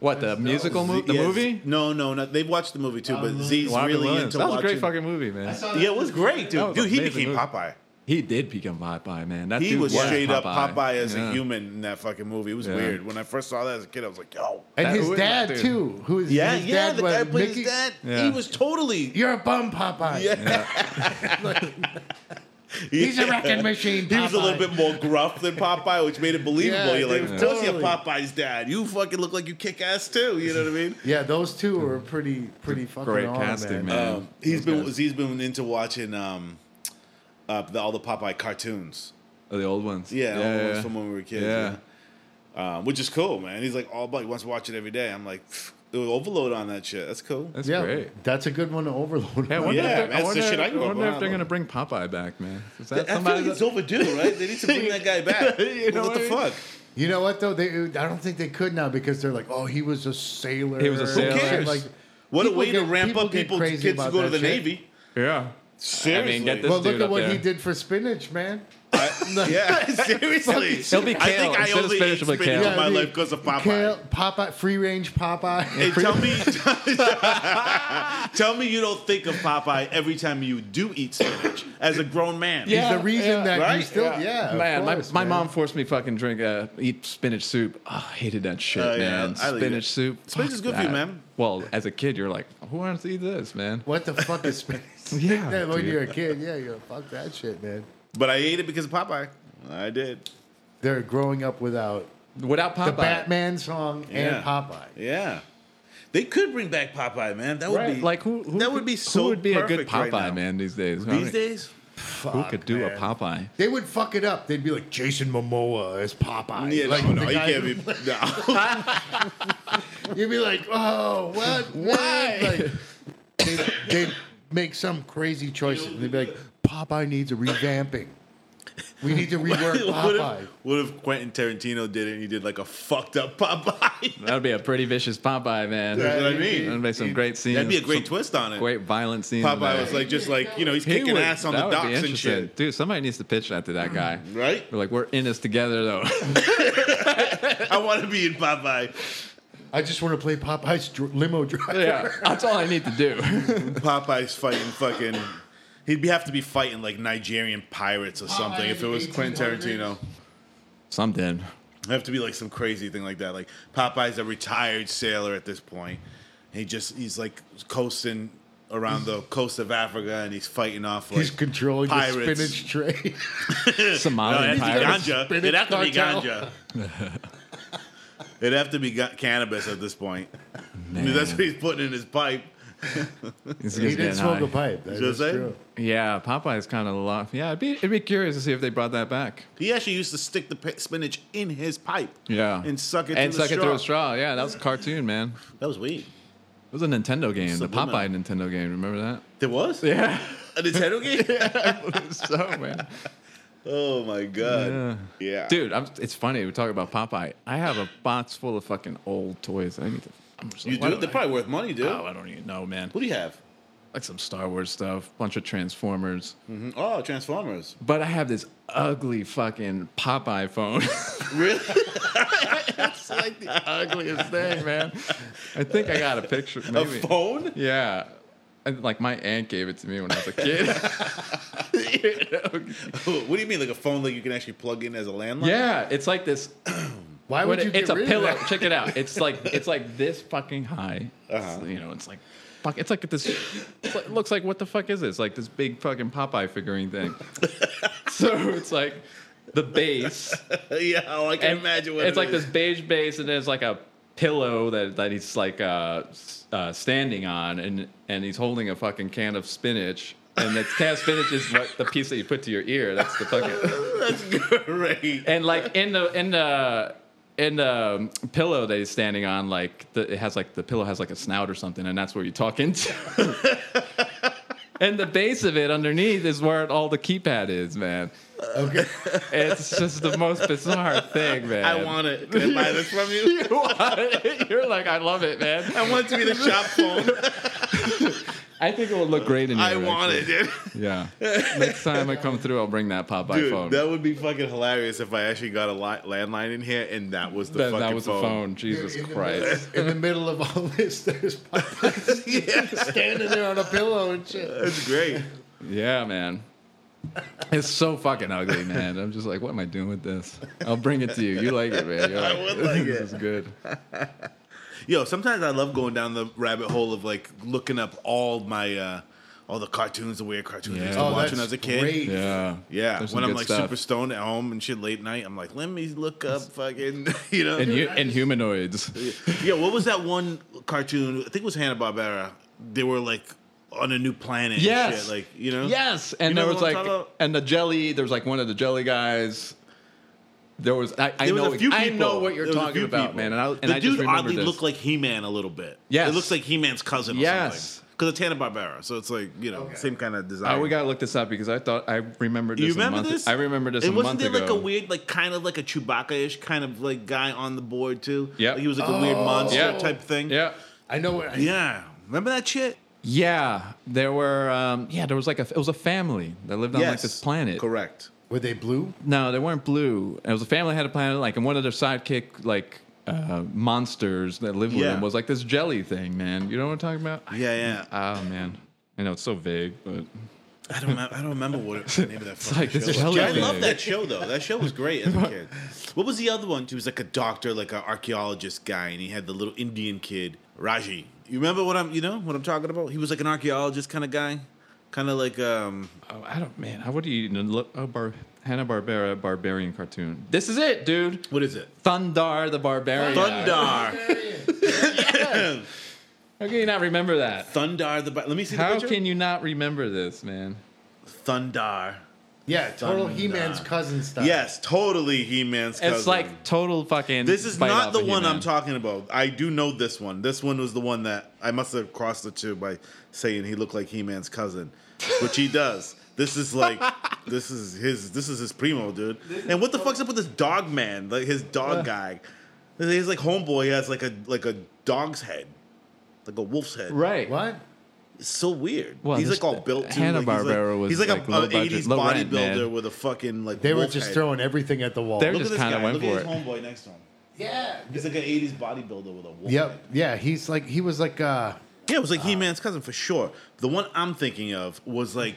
What the musical movie? The Yeah, movie? No, no, no. They've watched the movie too, but Z's Robin really Williams. into That was a watching. great fucking movie, man. yeah, it was great, That dude. was dude, he amazing became movie. Popeye. He did become Popeye, man. That He dude was straight up Popeye. Popeye as Yeah. a human in that fucking movie. It was Yeah. weird. When I first saw that as a kid, I was like, yo. And That- his who is that dad dude? too, who is Yeah, his yeah, dad the was guy plays Mickey- that. Yeah. He was totally. You're a bum, Popeye. Yeah. He's a wrecking machine. He was a little Popeye. bit more gruff than Popeye, which made it believable. Yeah, You're like, dude, of course you're totally. Popeye's dad. You fucking look like you kick ass too. You know what I mean? Yeah, those two were pretty, pretty fucking Great on, casting, man. Um, he's been he's been into watching um, uh, the, all the Popeye cartoons. Oh, the old ones. Yeah, all the ones yeah. from when we were kids. Yeah. Yeah. Um, which is cool, man. He's like all about he wants to watch it every day. I'm like, pfft, overload on that shit. That's cool. That's Yeah, great. that's a good one to overload. Yeah, I wonder Yeah, if they're, that's I the wonder, shit I can I go wonder if around they're on. gonna bring Popeye back, man. Is that I feel somebody? like it's that- overdue, right? They need to bring that guy back. You know what the what I mean? fuck? You know what though? They, I don't think they could now because they're like, oh, he was a sailor. He was a and sailor. shit Who cares? Like, What a people way to get- ramp people up get people, crazy kids to about go to the that shit. Navy. yeah. Seriously. get this- Well, look dude at up what there. he did for spinach, man. I- Uh, yeah, seriously. It'll be kale. I think I Instead of only spinach, ate it'll be spinach kale. in Yeah, my dude. life because of Popeye. Kale, Popeye, free range Popeye. Hey, tell me, tell me you don't think of Popeye every time you do eat spinach as a grown man. Yeah. He's the reason that you right? still, yeah, Yeah. of man, my, course, my man. mom forced me fucking drink uh, eat spinach soup. Oh, I hated that shit, Oh, yeah, man. I like Spinach it. soup. Spinach Fuck is good for you, that. man. Well, as a kid, you're like, who wants to eat this, man? What the fuck is spinach? Oh, Yeah, when dude. you're a kid, yeah, you're like, fuck that shit, man. But I ate it because of Popeye. I did. They're growing up without Without Popeye, the Batman song Yeah. and Popeye. Yeah. They could bring back Popeye, man. That would right? be like who? who that could- would be so Who would be a good perfect right Popeye now. man these days? I These mean, days, who could do a man. Popeye? They would fuck it up. They'd be like Jason Momoa as Popeye. yeah, like no, no, the you guy can't who- be. No. You'd be like, oh, what? Why? Like, they'd, they'd make some crazy choices. And they'd be like, Popeye needs a revamping. We need to rework what, Popeye. if, what if Quentin Tarantino did it and he did like a fucked up Popeye? That would be a pretty vicious Popeye, man. That's what I mean. That'd be some great scenes. That'd be a great some twist on it. Great violent scenes. in Popeye there. was like, just like you know, he's He kicking would- ass on that the would be docks and interesting. shit. Dude, somebody needs to pitch that to that guy. Right? We're like, we're in this together, though. I want to be in Popeye. I just want to play Popeye's dr- limo driver. yeah, that's all I need to do. Popeye's fighting fucking. He'd be, have to be fighting like Nigerian pirates or something if it was Quentin Tarantino. Something. It'd have to be like some crazy thing like that. Like Popeye's a retired sailor at this point. He just he's like coasting around the coast of Africa and he's fighting off like He's controlling pirates. the spinach tray. Somalian It'd pirates. ganja. Spinach It'd have to be cartel. ganja. It'd have to be ga- cannabis at this point. I mean, that's what he's putting in his pipe. He's he just didn't getting smoke high. a pipe. That Is that is what I'm true. saying? Yeah, Popeye's kind of lost. Yeah, it'd be, it'd be curious to see if they brought that back. He actually used to stick the pi- spinach in his pipe. Yeah, And suck it and through suck the it through a straw. Yeah, that was a cartoon, man. That was weird. It was a Nintendo game, Subliminal. the Popeye Nintendo game. Remember that? There was Yeah, a Nintendo game. so man. Oh my god. Yeah. Dude, I'm, it's funny. We talk about Popeye. I have a box full of fucking old toys. I need to. I'm just you like, why do. They're I- probably worth money, dude. Oh, I don't even know, man. What do you have? Like some Star Wars stuff, bunch of Transformers. Mhm. Oh, Transformers. But I have this ugly fucking Popeye phone. Really? it's like the ugliest thing, man. I think I got a picture. a Maybe. phone? Yeah. And like my aunt gave it to me when I was a kid. You know? what do you mean, like a phone like you can actually plug in as a landline? Yeah, it's like this. Why would when you it- it's get a rid pillow. of that? Check it out. It's like it's like this fucking high. It's, Uh-huh. You know, it's like fuck. It's like this. it's like- It looks like what the fuck is this? Like this big fucking Popeye figurine thing. so it's like the base. yeah. Oh, I can and imagine what it's it like is. this beige base, and there's like a pillow that, that he's like uh, s- uh, standing on, and and he's holding a fucking can of spinach, and that can of spinach is what the piece that you put to your ear. That's the fucking That's great. and like in the in the. In the um, pillow that he's standing on, like the, it has like the pillow has like a snout or something, and that's where you talk into. and the base of it underneath is where all the keypad is, man. Okay. It's just the most bizarre thing, man. I want it. Can I buy this from you? You want it. You're like, I love it, man. I want it to be the shop phone. I think it would look great in here. I want it, actually. dude. Yeah. Next time I come through, I'll bring that Popeye Dude, phone. that would be fucking hilarious if I actually got a li- landline in here and that was the That- fucking that was a phone. Jesus in the Christ. middle- in the middle of all this, there's Popeye standing there on a pillow and shit. That's great. Yeah, man. It's so fucking ugly, man. I'm just like, what am I doing with this? I'll bring it to you. You like it, man. You're I like, would like this it. is good. Yo, sometimes I love going down the rabbit hole of like looking up all my uh all the cartoons, the weird cartoons I used to Yeah. Oh, watch that's when I was a kid. great. Yeah. Yeah, There's some when I'm good like stuff. super stoned at home and shit late night, I'm like, let me look up fucking, you know. And, hu- and humanoids. yeah, what was that one cartoon? I think it was Hanna Barbera. They were like on a new planet. and Yes. shit, like you know. Yes. And You know there what was I'm like, talking about? and the jelly, there was like one of the jelly guys. There was, I, I There was know, a few I people. know what you're There was a talking few about, people. man. And I, and the I dude just remembered oddly this. looked like He-Man a little bit. Yes. it looks like He-Man's cousin. or Yes. because it's Hanna Barbera, so it's like you know same kind of design. Oh, we gotta look this up because I thought I remembered this. You a remember month- this? I remember this. And a wasn't month there like ago. a weird, like kind of like a Chewbacca-ish kind of like guy on the board too? Yep. Like, he was like a weird monster Yeah. type thing. Yeah. I know what. I, yeah. Remember that shit? Yeah, there were. Um, yeah, there was like a. It was a family that lived on like this planet. Correct. were they blue? No, they weren't blue. It was a family that had a planet. Like, and one of their sidekick like uh, monsters that lived with Yeah. them was like this jelly thing, man. You know what I'm talking about? Yeah, yeah. Oh man, I know it's so vague, but I don't. Remember, I don't remember what it, the name of that. It's like this show. was. jelly I love thing. that show though. That show was great as a kid. What was the other one? He was like a doctor, like an archaeologist guy, and he had the little Indian kid Raji. You remember what I'm? You know what I'm talking about? He was like an archaeologist kind of guy, kind of like um. oh, I don't. Man, how would you even look? Oh, Bar- Hanna Barbera barbarian cartoon. This is it, dude. What is it? Thundar the Barbarian. Thundar. How can you not remember that? Thundar the. bi- Let me see the How picture. can you not remember this, man? Thundar. Yeah, total Thunder. He-Man's cousin style. Yes, totally He-Man's cousin. It's like total fucking. This is bite not off the of one He-Man. I'm talking about. I do know this one. This one was the one that I must have crossed the two by saying he looked like He-Man's cousin, which he does. This is like this is his this is his primo, dude. And what the fuck's up with this dog man? Like his dog guy. He's like homeboy has like a like a dog's head. Like a wolf's head. Right. What? It's so weird. Well, he's this- like all built to Hanna-Barbera was, He's like, like, a, low a budget, 80s low rent, bodybuilder man. with a fucking like They were wolf just head. throwing everything at the wall. They're Look at just this kind of guy. went Look for at it. his homeboy next to him. yeah. He's like an 80s bodybuilder with a wolf. head. Yep. Yeah. He's like he was like uh Yeah, it was like He Man's cousin for sure. The one I'm thinking of was like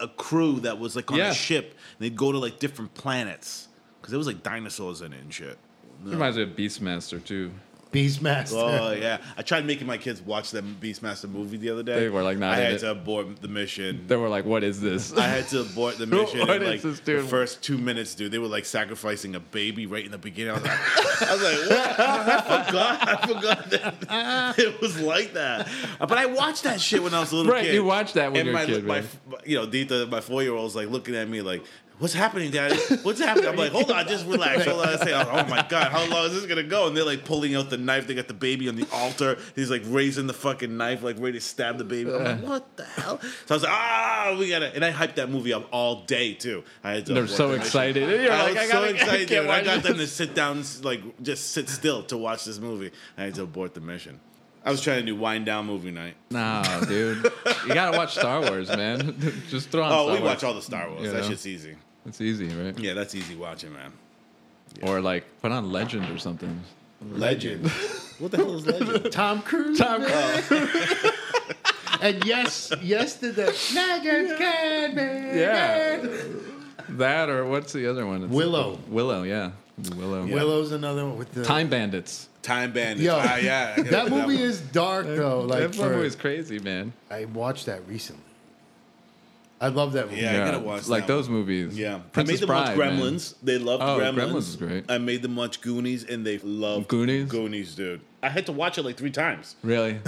a crew that was like on Yeah. a ship and they'd go to like different planets because there was like dinosaurs in it and shit. Reminds me of Beastmaster too. Beastmaster. Oh yeah, I tried making my kids watch that Beastmaster movie the other day. They were, like, not I in had it. to abort the mission. They were like, "What is this?" I had to abort the mission. What and, is like, this, the dude? first two minutes, dude, they were like sacrificing a baby right in the beginning. I was like, I was like what? I forgot. I forgot that it was like that. But I watched that shit when I was a little Right, kid. you watched that when and you were a my, kid, My, man. my- you know, Dita, my four year old's like looking at me like. What's happening, Daddy? What's happening? I'm like, hold on, just relax. Hold on. I say, oh my god, how long is this gonna go? And they're like pulling out the knife. They got the baby on the altar. He's like raising the fucking knife, like ready to stab the baby. I'm like, what the hell? So I was like, ah, we gotta. And I hyped that movie up all day too. I had to They're work so the night excited. shift. You're I like, was I so gotta- I excited, can't dude. I watch got them to this. sit down, like just sit still to watch this movie. I had to abort the mission. I was trying to do wind down movie night. nah, dude. You gotta watch Star Wars, man. Just throw Oh, on. Star we Wars. watch all the Star Wars. You That know? shit's easy. It's easy, right? Yeah, that's easy watching, man. Or like put on Legend or something. Legend. What the hell is Legend? Tom Cruise. Tom Cruise. And yes, yes to the Nuggets can be. Yeah. That or what's the other one? It's- Willow. Willow, yeah. Willow. Willow's another one with the Time Bandits. Time Bandits. Yo, Ah, yeah. I that one. movie is dark though. Like that for, movie is crazy, man. I watched that recently. I love that movie. Yeah, I gotta watch Like that those one. movies. Yeah, Princess I made them Bride, watch man. Gremlins. They loved Oh, Gremlins. Gremlins is great. I made them watch Goonies, and they loved Goonies? Goonies, dude. I had to watch it like three times Really?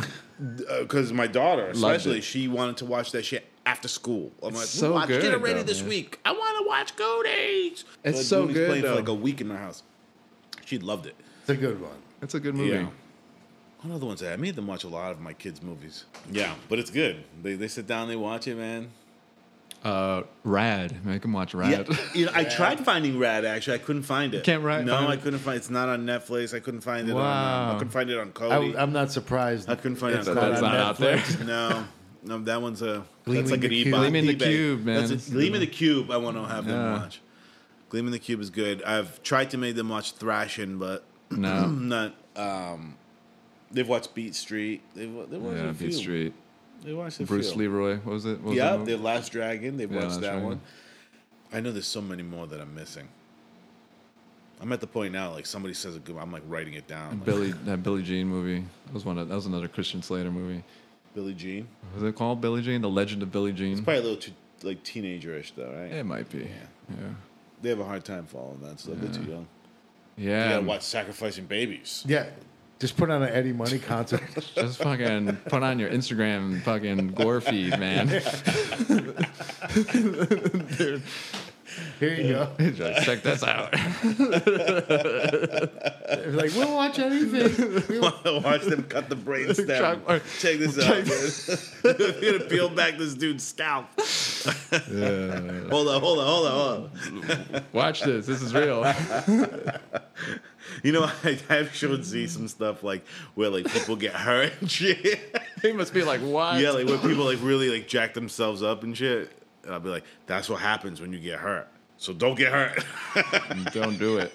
because my daughter, especially, it. she wanted to watch that shit after school. I'm like, so we watched it good, already though, this man. week. I want to watch Goonies. It's Like, so Goonies good, Played though. for like a week in my house. She loved it. It's a good one. That's a good movie. Yeah. What other ones? I made them watch a lot of my kids' movies. Yeah, but it's good. They, they sit down, they watch it, man. Uh, Rad. Make him watch Yeah, Rad. you know, I tried finding Rad. Actually, I couldn't find it. Can't Rad No, find I it? couldn't find. It's not on Netflix. I couldn't find it. On, uh, Wow. I couldn't find it on Cody. I, I, am not surprised. couldn't find It's it on not Cody. That's on not out there. No, no, that one's a Gleaming that's like the an Cube. e Gleam in the Cube, man. That's It's a, a Gleam good in the Cube. I want to have them Yeah. watch. Gleam in the Cube is good. I've tried to make them watch Thrashing, but no. not. Um, they've watched Beat Street. They've, they watched Yeah, a few. Beat Street. They watched a Bruce few. Leroy. What was it? What was Yeah, that The movie? Last Dragon. They Yeah, watched Last that Dragon. one. I know there's so many more that I'm missing. I'm at the point now, like somebody says a good, I'm like writing it down. Like, Billy that Billy Jean movie. That was one. Of, that was another Christian Slater movie. Mm-hmm. Billie Jean. Was it called Billy Jean? The Legend of Billy Jean. Probably a little too like teenagerish though, right? It might be. Yeah. They have a hard time following that stuff. They're too young. You Yeah. gotta watch Sacrificing Babies. Yeah, just put on an Eddie Money concert. Just fucking put on your Instagram fucking gore feed, man. Here you go. Just check this out. It's like we'll watch anything. watch them cut the brain stem. Try- Check this out. dude. You're gonna peel back this dude's scalp. hold on, hold on, hold on, hold on. Watch this. This is real. You know, I, I've showed Z some stuff like where like people get hurt and shit. He must be like, what? Yeah, like when people like really like jack themselves up and shit. And I'll be like, that's what happens when you get hurt. So don't get hurt. Don't do it.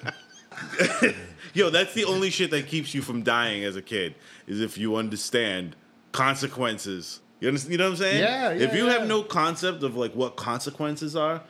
Yo, that's the only shit that keeps you from dying as a kid is if you understand consequences. You understand? You know what I'm saying? Yeah, yeah, If you yeah. have no concept of like what consequences are,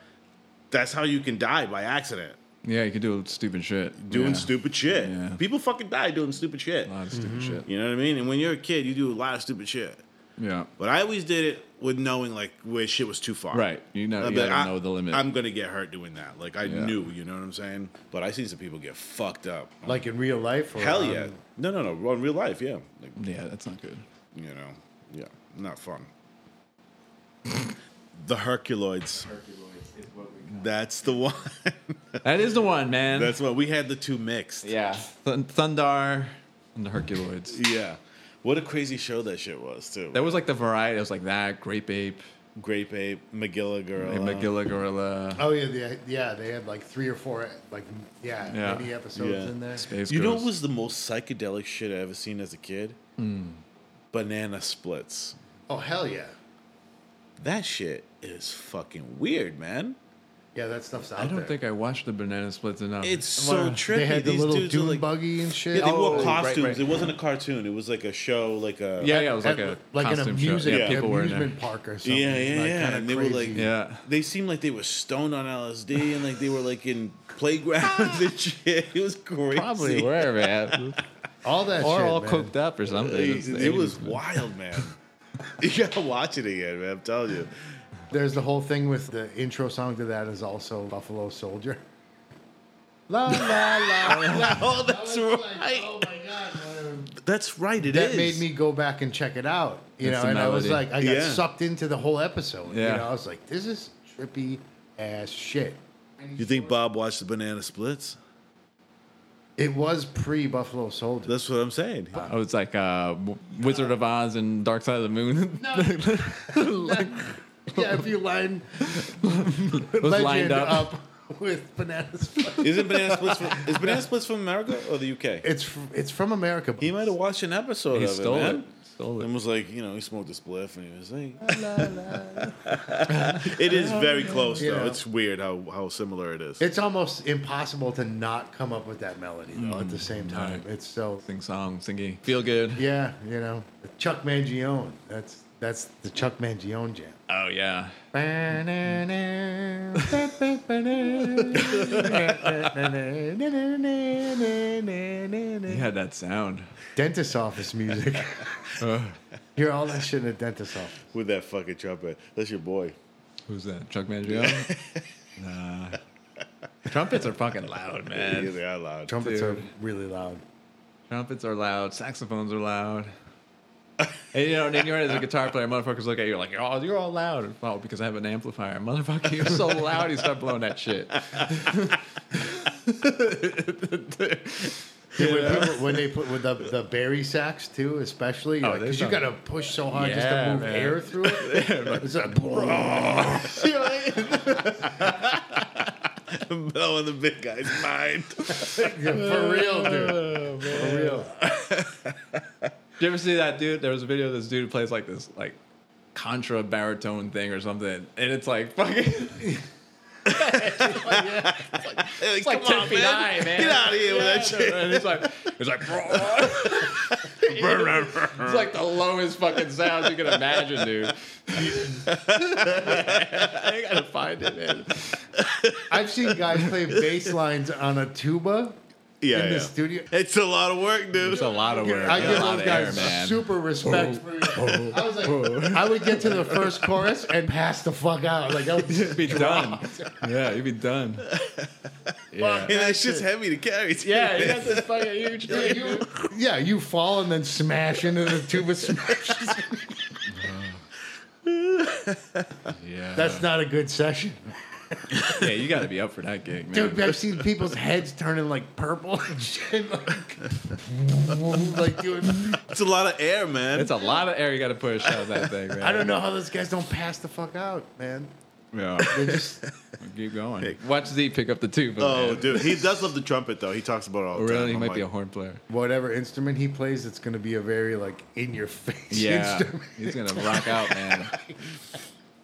that's how you can die by accident. Yeah, you could do stupid shit. Doing Yeah. stupid shit. Yeah. People fucking die doing stupid shit. A lot of stupid shit. You know what I mean? And when you're a kid, you do a lot of stupid shit. Yeah. But I always did it with knowing like where shit was too far. Right. You know, I'd you be like, gotta know the limit. Uh, I'm gonna get hurt doing that. Like I Yeah. knew, you know what I'm saying? But I seen some people get fucked up. like in real life. Or Hell on- yeah. No, no, no. On real life, yeah. Like, yeah, that's not good. you know, yeah, not fun. the Herculoids. That's the one. That is the one, man. That's what we had the two mixed. Yeah. Thun- Thundar and the Herculoids. Yeah. What a crazy show that shit was too. That was like the variety. It was like that, Grape Ape, Grape Ape, McGilla Girl. and McGilla Gorilla, Oh yeah, they, yeah. They had like three or four, like yeah, Yeah. many episodes Yeah. in there. Space You know Girls. what was the most psychedelic shit I ever seen as a kid? Hmm. Banana splits. Oh hell yeah, That shit is fucking weird, man. yeah. That stuff's out I don't there. think I watched the Banana Splits enough. It's so trippy. they had the These little dudes are dune like, buggy and shit. Yeah, they Oh, wore right, costumes. right. It wasn't a cartoon. It was like a show, like a yeah, yeah, it was like At- a like an costume show. amusement, Yeah, people were in there. amusement park or something. Yeah, yeah, like, yeah. kinda And they were crazy. like, Yeah. they seemed like they were stoned on LSD and like they were like in playgrounds and shit. It was crazy. Probably were, man. all that or shit. all man. Uh, cooked up or something. It's It, the it was 80s, man. wild, man. you gotta watch it again, man. I'm telling you. There's the whole thing with the intro song to that is also Buffalo Soldier. La la la. la. Oh, that's It's right. like, oh my god. man. That's right. It is. That made me go back and check it out. You It's know, the and I was melody. like, I got Yeah. sucked into the whole episode. Yeah. You know, I was like, this is trippy ass shit. You think Bob watched the Banana Splits? It was pre Buffalo Soldier. That's what I'm saying. Oh, it's like uh, W- Wizard of Oz and Dark Side of the Moon. yeah, if you line was lined legend up. up. with bananas, Isn't Banana Splits from, is Banana Splits from America or the UK? it's fr- it's from America. He might have watched an episode He of stole it, it. man. Stole And it. was like, you know, he smoked a spliff and he was like, it is very close though. Yeah. It's weird how, how similar it is. It's almost impossible to not come up with that melody though. at the same time, Mm, right. it's so Sing song, singy. Feel good. yeah. You know, Chuck Mangione. That's that's the Chuck Mangione jam. Oh, yeah. He had that sound. dentist office music. Hear all that shit in a dentist office. With that fucking trumpet. That's your boy. Who's that? Chuck Mangione? nah. Trumpets are fucking loud, Yeah, man. they are loud. Trumpets are Dude. really loud. Trumpets are loud. Saxophones are loud. And you know, and you're as a guitar player, motherfuckers look at you like, oh, you're all loud. Oh, because I have an amplifier. Motherfucker, you're so loud, you start blowing that shit. when, people, when they put with the, the berry sacks too, especially because Oh, they you got sound- to push so hard just to Yeah, move man. air through it. It's like, You know what I mean? blowing the big guy's mind. for real, dude. For real. Did you ever see that dude? There was a video of this dude who plays like this like contra baritone thing or something, and it's like fucking. it's It's like ten feet high, man. Get out of here with that shit. And it's like it's like it's like the lowest fucking sound you can imagine, dude. I gotta find it, man. I've seen guys play bass lines on a tuba. Yeah, in the yeah. studio. It's a lot of work, dude. It's a lot of work. I It's give a lot those of air, guys man. Oh. super respect. For, I was like, I would get to the first chorus and pass the fuck out. Like, I would, You'd be done. Yeah, you'd be done. Yeah. and that shit's heavy to carry. Too. Yeah, you got this fucking huge like, you, yeah, you fall and then smash into the tuba. Smash. Yeah. That's not a good session, yeah, you gotta be up for that gig, man. dude. I've seen people's heads turning like purple and shit, like, like doing. It's a lot of air, man. It's a lot of air you gotta push out of that thing, man. I don't know how those guys don't pass the fuck out, man. Yeah. They just Keep going. Watch Z pick up the tuba. oh, man. dude, he does love the trumpet though. He talks about it all the time. Really, he I'm might like, be a horn player. whatever instrument he plays, it's gonna be a very like in your face Yeah, instrument. he's gonna rock out, man.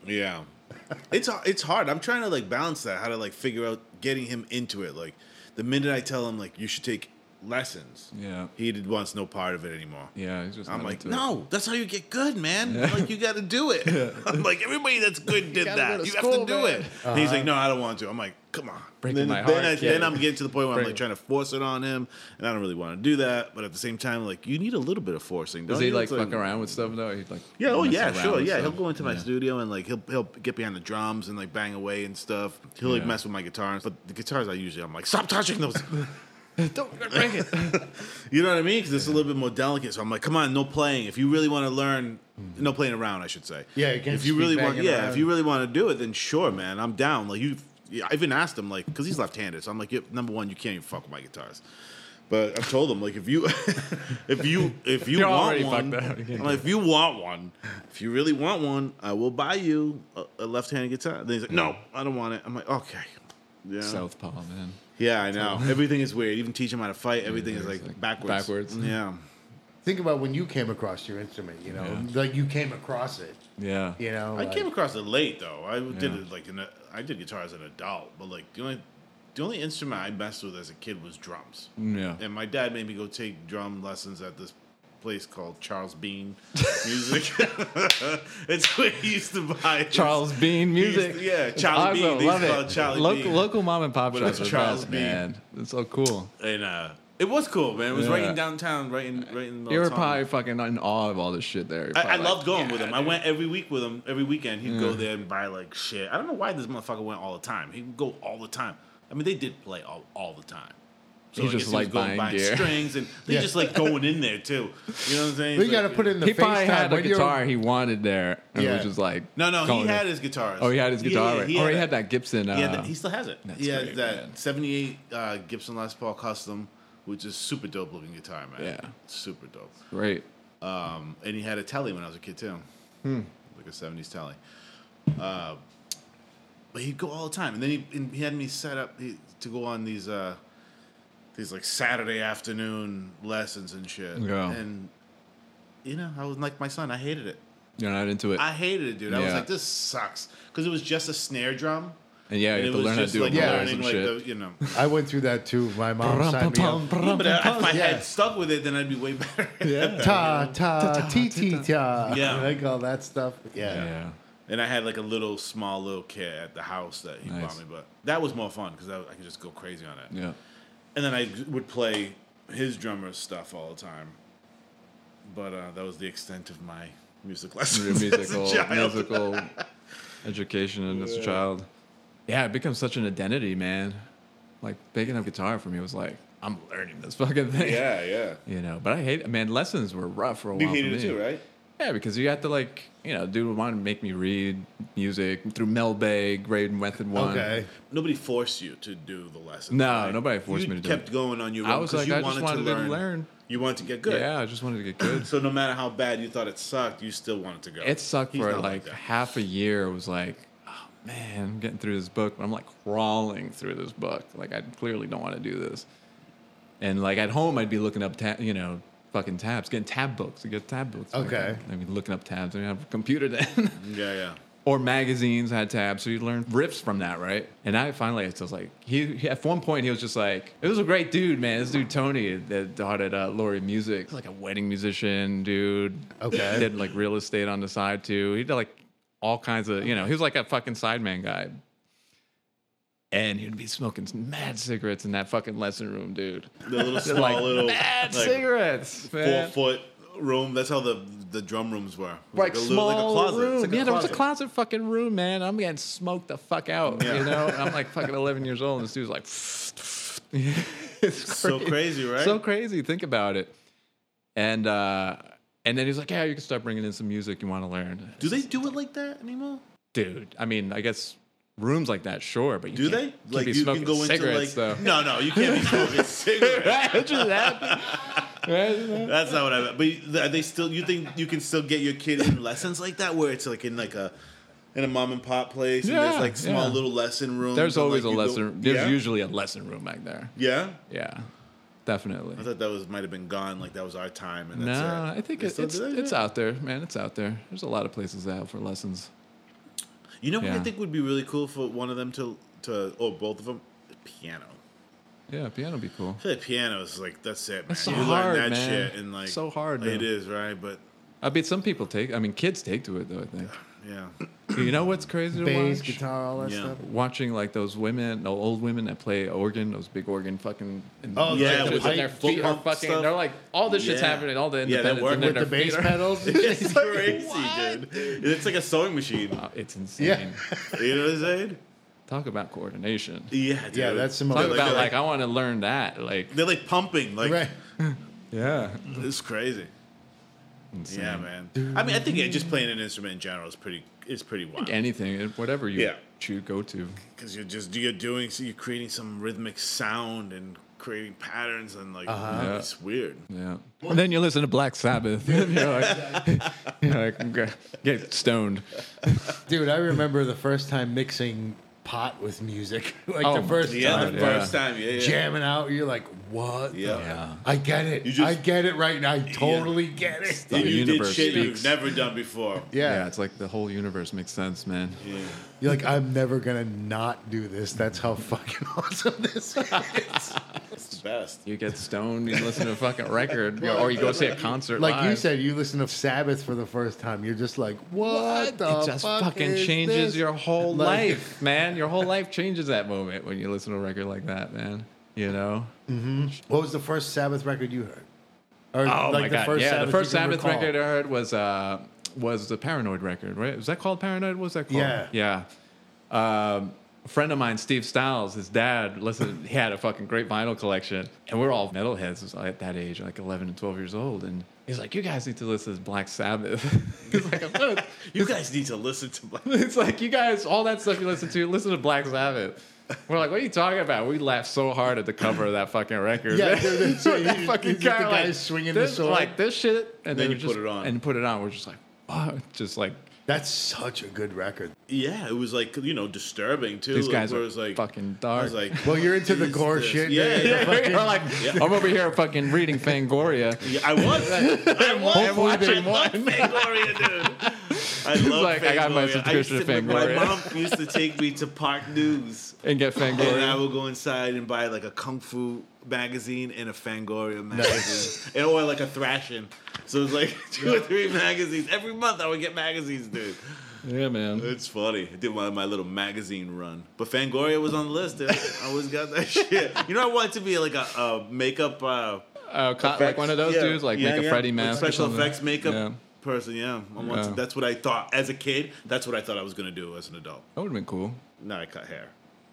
Yeah, it's it's hard. I'm trying to like balance that. How to like figure out getting him into it. Like the minute I tell him like you should take lessons, Yeah. he did- wants no part of it anymore. Yeah, he's just. I'm not like, into it. no, that's how you get good, man. Like you got to do it. I'm like everybody that's good did gotta go that. to You school, have to do man. it. And he's like, no, I don't want to. I'm like, come on. Uh-huh. Breaking then, my then heart, I, kid. then I'm getting to the point where I'm Breaking- like trying to force it on him, and I don't really want to do that. But at the same time, like you need a little bit of forcing. Does don't he you? It's like fuck around with stuff though? He like. Yeah, oh mess yeah, around sure. with Yeah, stuff? he'll go into my Yeah. studio and like he'll he'll get behind the drums and like bang away and stuff. He'll like Yeah. mess with my guitars, but the guitars I usually I'm like stop touching those. Don't break it. you know what I mean? Because it's a little bit more delicate. So I'm like, come on, no playing. If you really want to learn, no playing around, I should say. Mm-hmm. Yeah, you can't if you just be really want, banging yeah, around. if you really want to do it, then sure, man, I'm down. Like you, yeah, I even asked him like because he's left-handed, so I'm like, yeah, number one, you can't even fuck with my guitars. But I told him like if you, if you, if you You're want already one, fucked up. You can't I'm like, if you want one, if you really want one, I will buy you a, a left-handed guitar. Then he's like, no, I don't want it. I'm like, okay, yeah, Southpaw, man. yeah, I know. Everything is weird. Even teach him how to fight, everything is like backwards. backwards. Yeah. Think about when you came across your instrument. You know, Yeah. like you came across it. Yeah. You know, I like- came across it late though. I did Yeah. it like in a, I did guitar as an adult, but like the only the only instrument I messed with as a kid was drums. Mm, Yeah. And my dad made me go take drum lessons at this place called Charles Bean Music. it's where he used to buy his- Charles Bean he used music. to- yeah, Charlie Bean. They used Love to call it it. Charlie Loc- Bean. Local mom and pop But shops it's are the Charles best, Bean. man. It's so cool. And uh, it was cool, man. It was right Yeah. in downtown, right in right in. You were Old Town. probably fucking in awe of all this shit there. You're I, I probably like, loved going yeah, Mm. with him. I went every week with him. Every weekend, he'd go there and buy like shit. I don't know why this motherfucker went all the time. He would go all the time. I mean, they did play all, all the time. So He I just guess liked was going buying gear. strings, and they Yeah. just like going in there too. You know what I'm saying? Well, It's you got to like- put in the He probably FaceTime had a when you're- guitar he wanted there, and Yeah. was just like, No, no, calling he it- had his guitarist. Oh, he had his Yeah, guitar. yeah, right. or he a- had that Gibson. Uh, Yeah, that- he still has it. That's He has great, man. that '78 uh, Gibson Les Paul Custom, which is super dope looking guitar, man. Yeah. super dope. Great. Um, and he had a telly when I was a kid too, Hmm. like a '70s telly. Uh, but he'd go all the time, and then he and he had me set up he, to go on these uh, these like Saturday afternoon lessons and shit. Yeah. And you know, I was like my son. I hated it. You're not into it. I hated it, dude. I was Yeah. like, this sucks because it was just a snare drum. and yeah, and it you have to was learn how to just do like it. Yeah, learning, like the, you know. I went through that too. My mom signed me up. but if I Yeah. had stuck with it, then I'd be way better. Ta ta ti ti ta. Yeah. like all that stuff. Yeah. yeah. And I had like a little small little kit at the house that he Nice. bought me, but that was more fun because I, I could just go crazy on it. Yeah. And then I g- would play his drummer's stuff all the time. But uh, that was the extent of my music Your lessons musical, as a child. musical education as a child. Yeah, it becomes such an identity, man. Like picking up guitar for me was like, I'm learning this fucking thing. Yeah, yeah. You know, but I hate man. Lessons were rough for a while. You for hated it me. too, right? Yeah, because you have to like, you know, dude would want to make me read music through Mel Bay, grade method one. Okay. Nobody forced you to do the lesson. No, nobody forced you me to do kept it. going on your I own was because like, you I just wanted, to, wanted learn. to learn. You wanted to get good. Yeah, I just wanted to get good. So no matter how bad you thought it sucked, you still wanted to go. it sucked He's for not like, that. half a year. It was like, oh man, I'm getting through this book, but I'm like crawling through this book. Like I clearly don't want to do this. And like at home, I'd be looking up, ta- you know, fucking tabs, getting tab books. You get tab books. Like, Okay. I'd be looking up tabs. I didn't have a computer then. Yeah, yeah. or magazines had tabs, so you learn riffs from that, right? And I finally, it's just like he, he- at one point he was just like, "It was a great dude, man. This dude Tony that taught at uh, Laurie Music, He's like a wedding musician dude. Okay. did like real estate on the side too. He did like all kinds of, you know, he was like a fucking sideman guy. And he'd be smoking some mad cigarettes in that fucking lesson room, dude. The little small Like little mad like, cigarettes, four man. foot room. That's how the the drum rooms were. It was like, a little- small room. It's like yeah, there was a closet fucking room, man. I'm getting smoked the fuck out, Yeah. you know. I'm like fucking 11 years old, and this dude's like, it's So crazy, right? So crazy. Think about it. And uh, and then he's like, yeah, you can start bringing in some music you want to learn, Do they do it like that anymore? dude. I mean, I guess rooms like that, sure, but you Do can't- they? can't Like be you smoking can go into like cigarettes though. no, no, you can't be smoking cigarettes. Right? Just that. Right? That's not what I meant. But you- are they still? You think you can still get your kid in lessons like that, where it's like in like a in a mom and pop place, and Yeah, there's like small yeah. little lesson rooms. There's and, always like, a you go- lesson. There's yeah? usually a lesson room back there. Yeah, Yeah, definitely. I thought that was might have been gone. Like that was our time, and that's No, it. I think They it, still it's do that? it's Yeah. out there, man. It's out there. There's a lot of places out for lessons. You know what I yeah. think would be really cool for one of them to to or both of them, piano. Yeah, piano would be cool. I feel like piano is like that's it, man. That's so you learn hard, that man. shit and like So hard, It though. is right, but I mean, some people take. I mean, kids take to it though. I think. yeah, You know what's crazy to Bass, watch? guitar, all that Yeah. stuff. Watching like those women, no old women that play organ, those big organ fucking. And Oh, Yeah, like, with just- the and their foot feet are pump fucking. stuff. They're like all this shit's Yeah. happening. All the Yeah, they independence. work and then with their The bass feet are- pedals. it's crazy, dude. It's like a sewing machine. Wow, Oh, it's insane. yeah. You know what I'm saying? Talk about coordination. Yeah, dude. Yeah, that's similar. Talk They're like- about they're like I want to learn that. Like They're like pumping, like Right. yeah, it's crazy. Insane. Yeah, man. I mean, I think yeah, just playing an instrument in general is pretty is pretty wild anything, whatever you Yeah. choose, go to. because you're just you're doing so you're creating some rhythmic sound and creating patterns and like Uh-huh. it's weird. Yeah. And then you listen to Black Sabbath. and you're like, you're like I'm gonna get stoned. Dude, I remember the first time mixing pot with music. like Oh, the first Yeah, time. the yeah. first time, yeah, yeah. Jamming out, you're like, what? the- Yeah. I get it. You just- I get it right now. I totally get it. And The you did universe shit speaks. you've never done before. Yeah. it's like the whole universe makes sense, man. Yeah. You're like, I'm never gonna not do this. That's how fucking awesome this is. It's the best. You get stoned, you listen to a fucking record, or you go see a concert. like you live. said, you listen to Sabbath for the first time. You're just like, what? the it just fuck fucking is changes this? your whole Like- life, man. Your whole life changes that moment when you listen to a record like that, man. You know? What was the first Sabbath record you heard? Or Oh my god! yeah, the you first can Sabbath recall? record I heard was uh, was the Paranoid record, right? Was that called Paranoid? What was that called? Yeah. yeah. Um, a friend of mine, Steve Styles, his dad, listen, he had a fucking great vinyl collection, and we are all metalheads at that age, like eleven and twelve years old, and he's like, "You guys need to listen to Black Sabbath." he's like, "I'm not- You guys need to listen to Black. it's like you guys, all that stuff you listen to, listen to Black Sabbath. We're like, what are you talking about? We laughed so hard at the cover of that fucking record. Yeah, dude, that's it. That You- fucking it's just guy, the like, guy swinging the this, sword. like this shit, and Then then, you we put just, it on. and put it on. We're just like, oh, just like That's such a good record. Yeah, it was like you know disturbing too. These like, guys where are it was like fucking I dark. was like, Well, you're into the is gore this? shit, Yeah, dude. yeah, we're like, I'm over here fucking reading Fangoria. yeah. I was. I was. I Hopefully love they won. Fangoria, dude. I love like, I got my Fangoria. subscription used to to- My Fangoria. mom used to take me to Park News. And get And I Fangoria. would go inside and buy like a kung fu magazine and a Fangoria magazine, and or like a Thrashing. So it was like two or three magazines every month. I would get magazines, dude. Yeah, man. It's funny. I did my, my little magazine run, but Fangoria was on the list. Dude. I always got that shit. You know, I wanted to be like a, a makeup, uh, Uh, co- like effects- one of those yeah, dudes, like yeah, make a yeah, Freddy like mask. or special something. effects makeup Yeah. person. Yeah, I wanted Yeah. that's what I thought as a kid. That's what I thought I was gonna do as an adult. That would have been cool. Now I cut hair.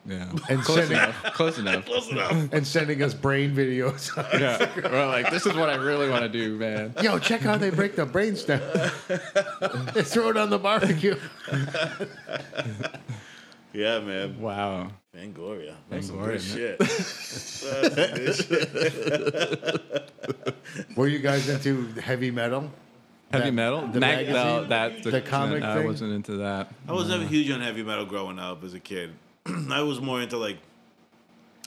Yeah. And close send it- enough. Close enough. Close enough. and sending us brain videos. Yeah. We're like, this is what I really want to do, man. Yo, check how they break the brains down. they throw it on the barbecue. Yeah, man. Wow. Fangoria. That's some Fangoria, good shit. Were you guys into heavy metal? Heavy That- metal? the Mag- no, magazine? that, The comic I thing? wasn't into that. I was never huge on heavy metal growing up as a kid. I was more into like,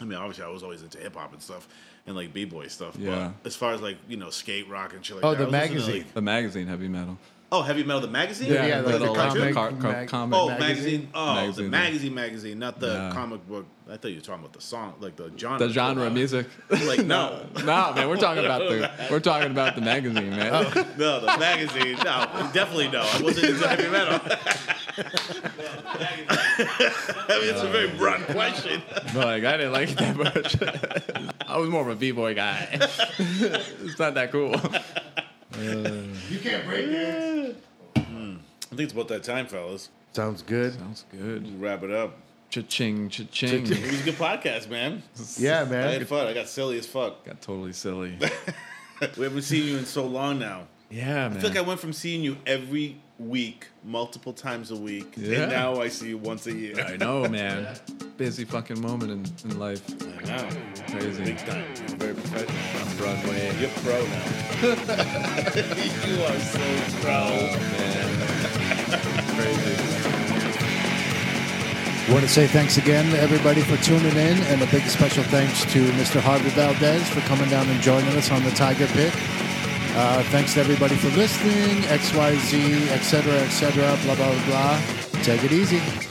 I mean, obviously, I was always into hip hop and stuff and like b boy stuff. Yeah. But as far as like, you know, skate rock and shit like Oh, that. I the was listening to, magazine. like- The magazine, heavy metal. oh, heavy metal, the magazine? Yeah, like the little, comic car- car- mag- comic Oh, magazine? magazine. Oh, Magazine. the magazine, magazine, not the Yeah. comic book. I thought you were talking about the song, like the genre. the genre of music. Like no, no, man, we're talking about the we're talking about the magazine, man. no, the magazine. No, definitely no. I wasn't into heavy metal. I mean, it's a very broad question. Like I didn't like it that much. I was more of a b boy guy. it's not that cool. You can't break it. I think it's about that time, fellas. Sounds good. Sounds good. Wrap it up. Cha-ching, cha-ching. It was a good podcast, man. Yeah, I had man. fun. I got silly as fuck. Got totally silly. We haven't seen you in so long now. Yeah, man. I feel like I went from seeing you every week, multiple times a week, Yeah. and now I see you once a year. I know, man. Busy fucking moment in, in life. I know. Crazy. Big time. You're very professional. Broadway. You're pro now. you are so pro. want to say thanks again to everybody for tuning in, and a big special thanks to Mr. Harvey Valdez for coming down and joining us on the Tiger Pit. Uh, thanks to everybody for listening, XYZ, etc., etc., blah, blah, blah. Take it easy.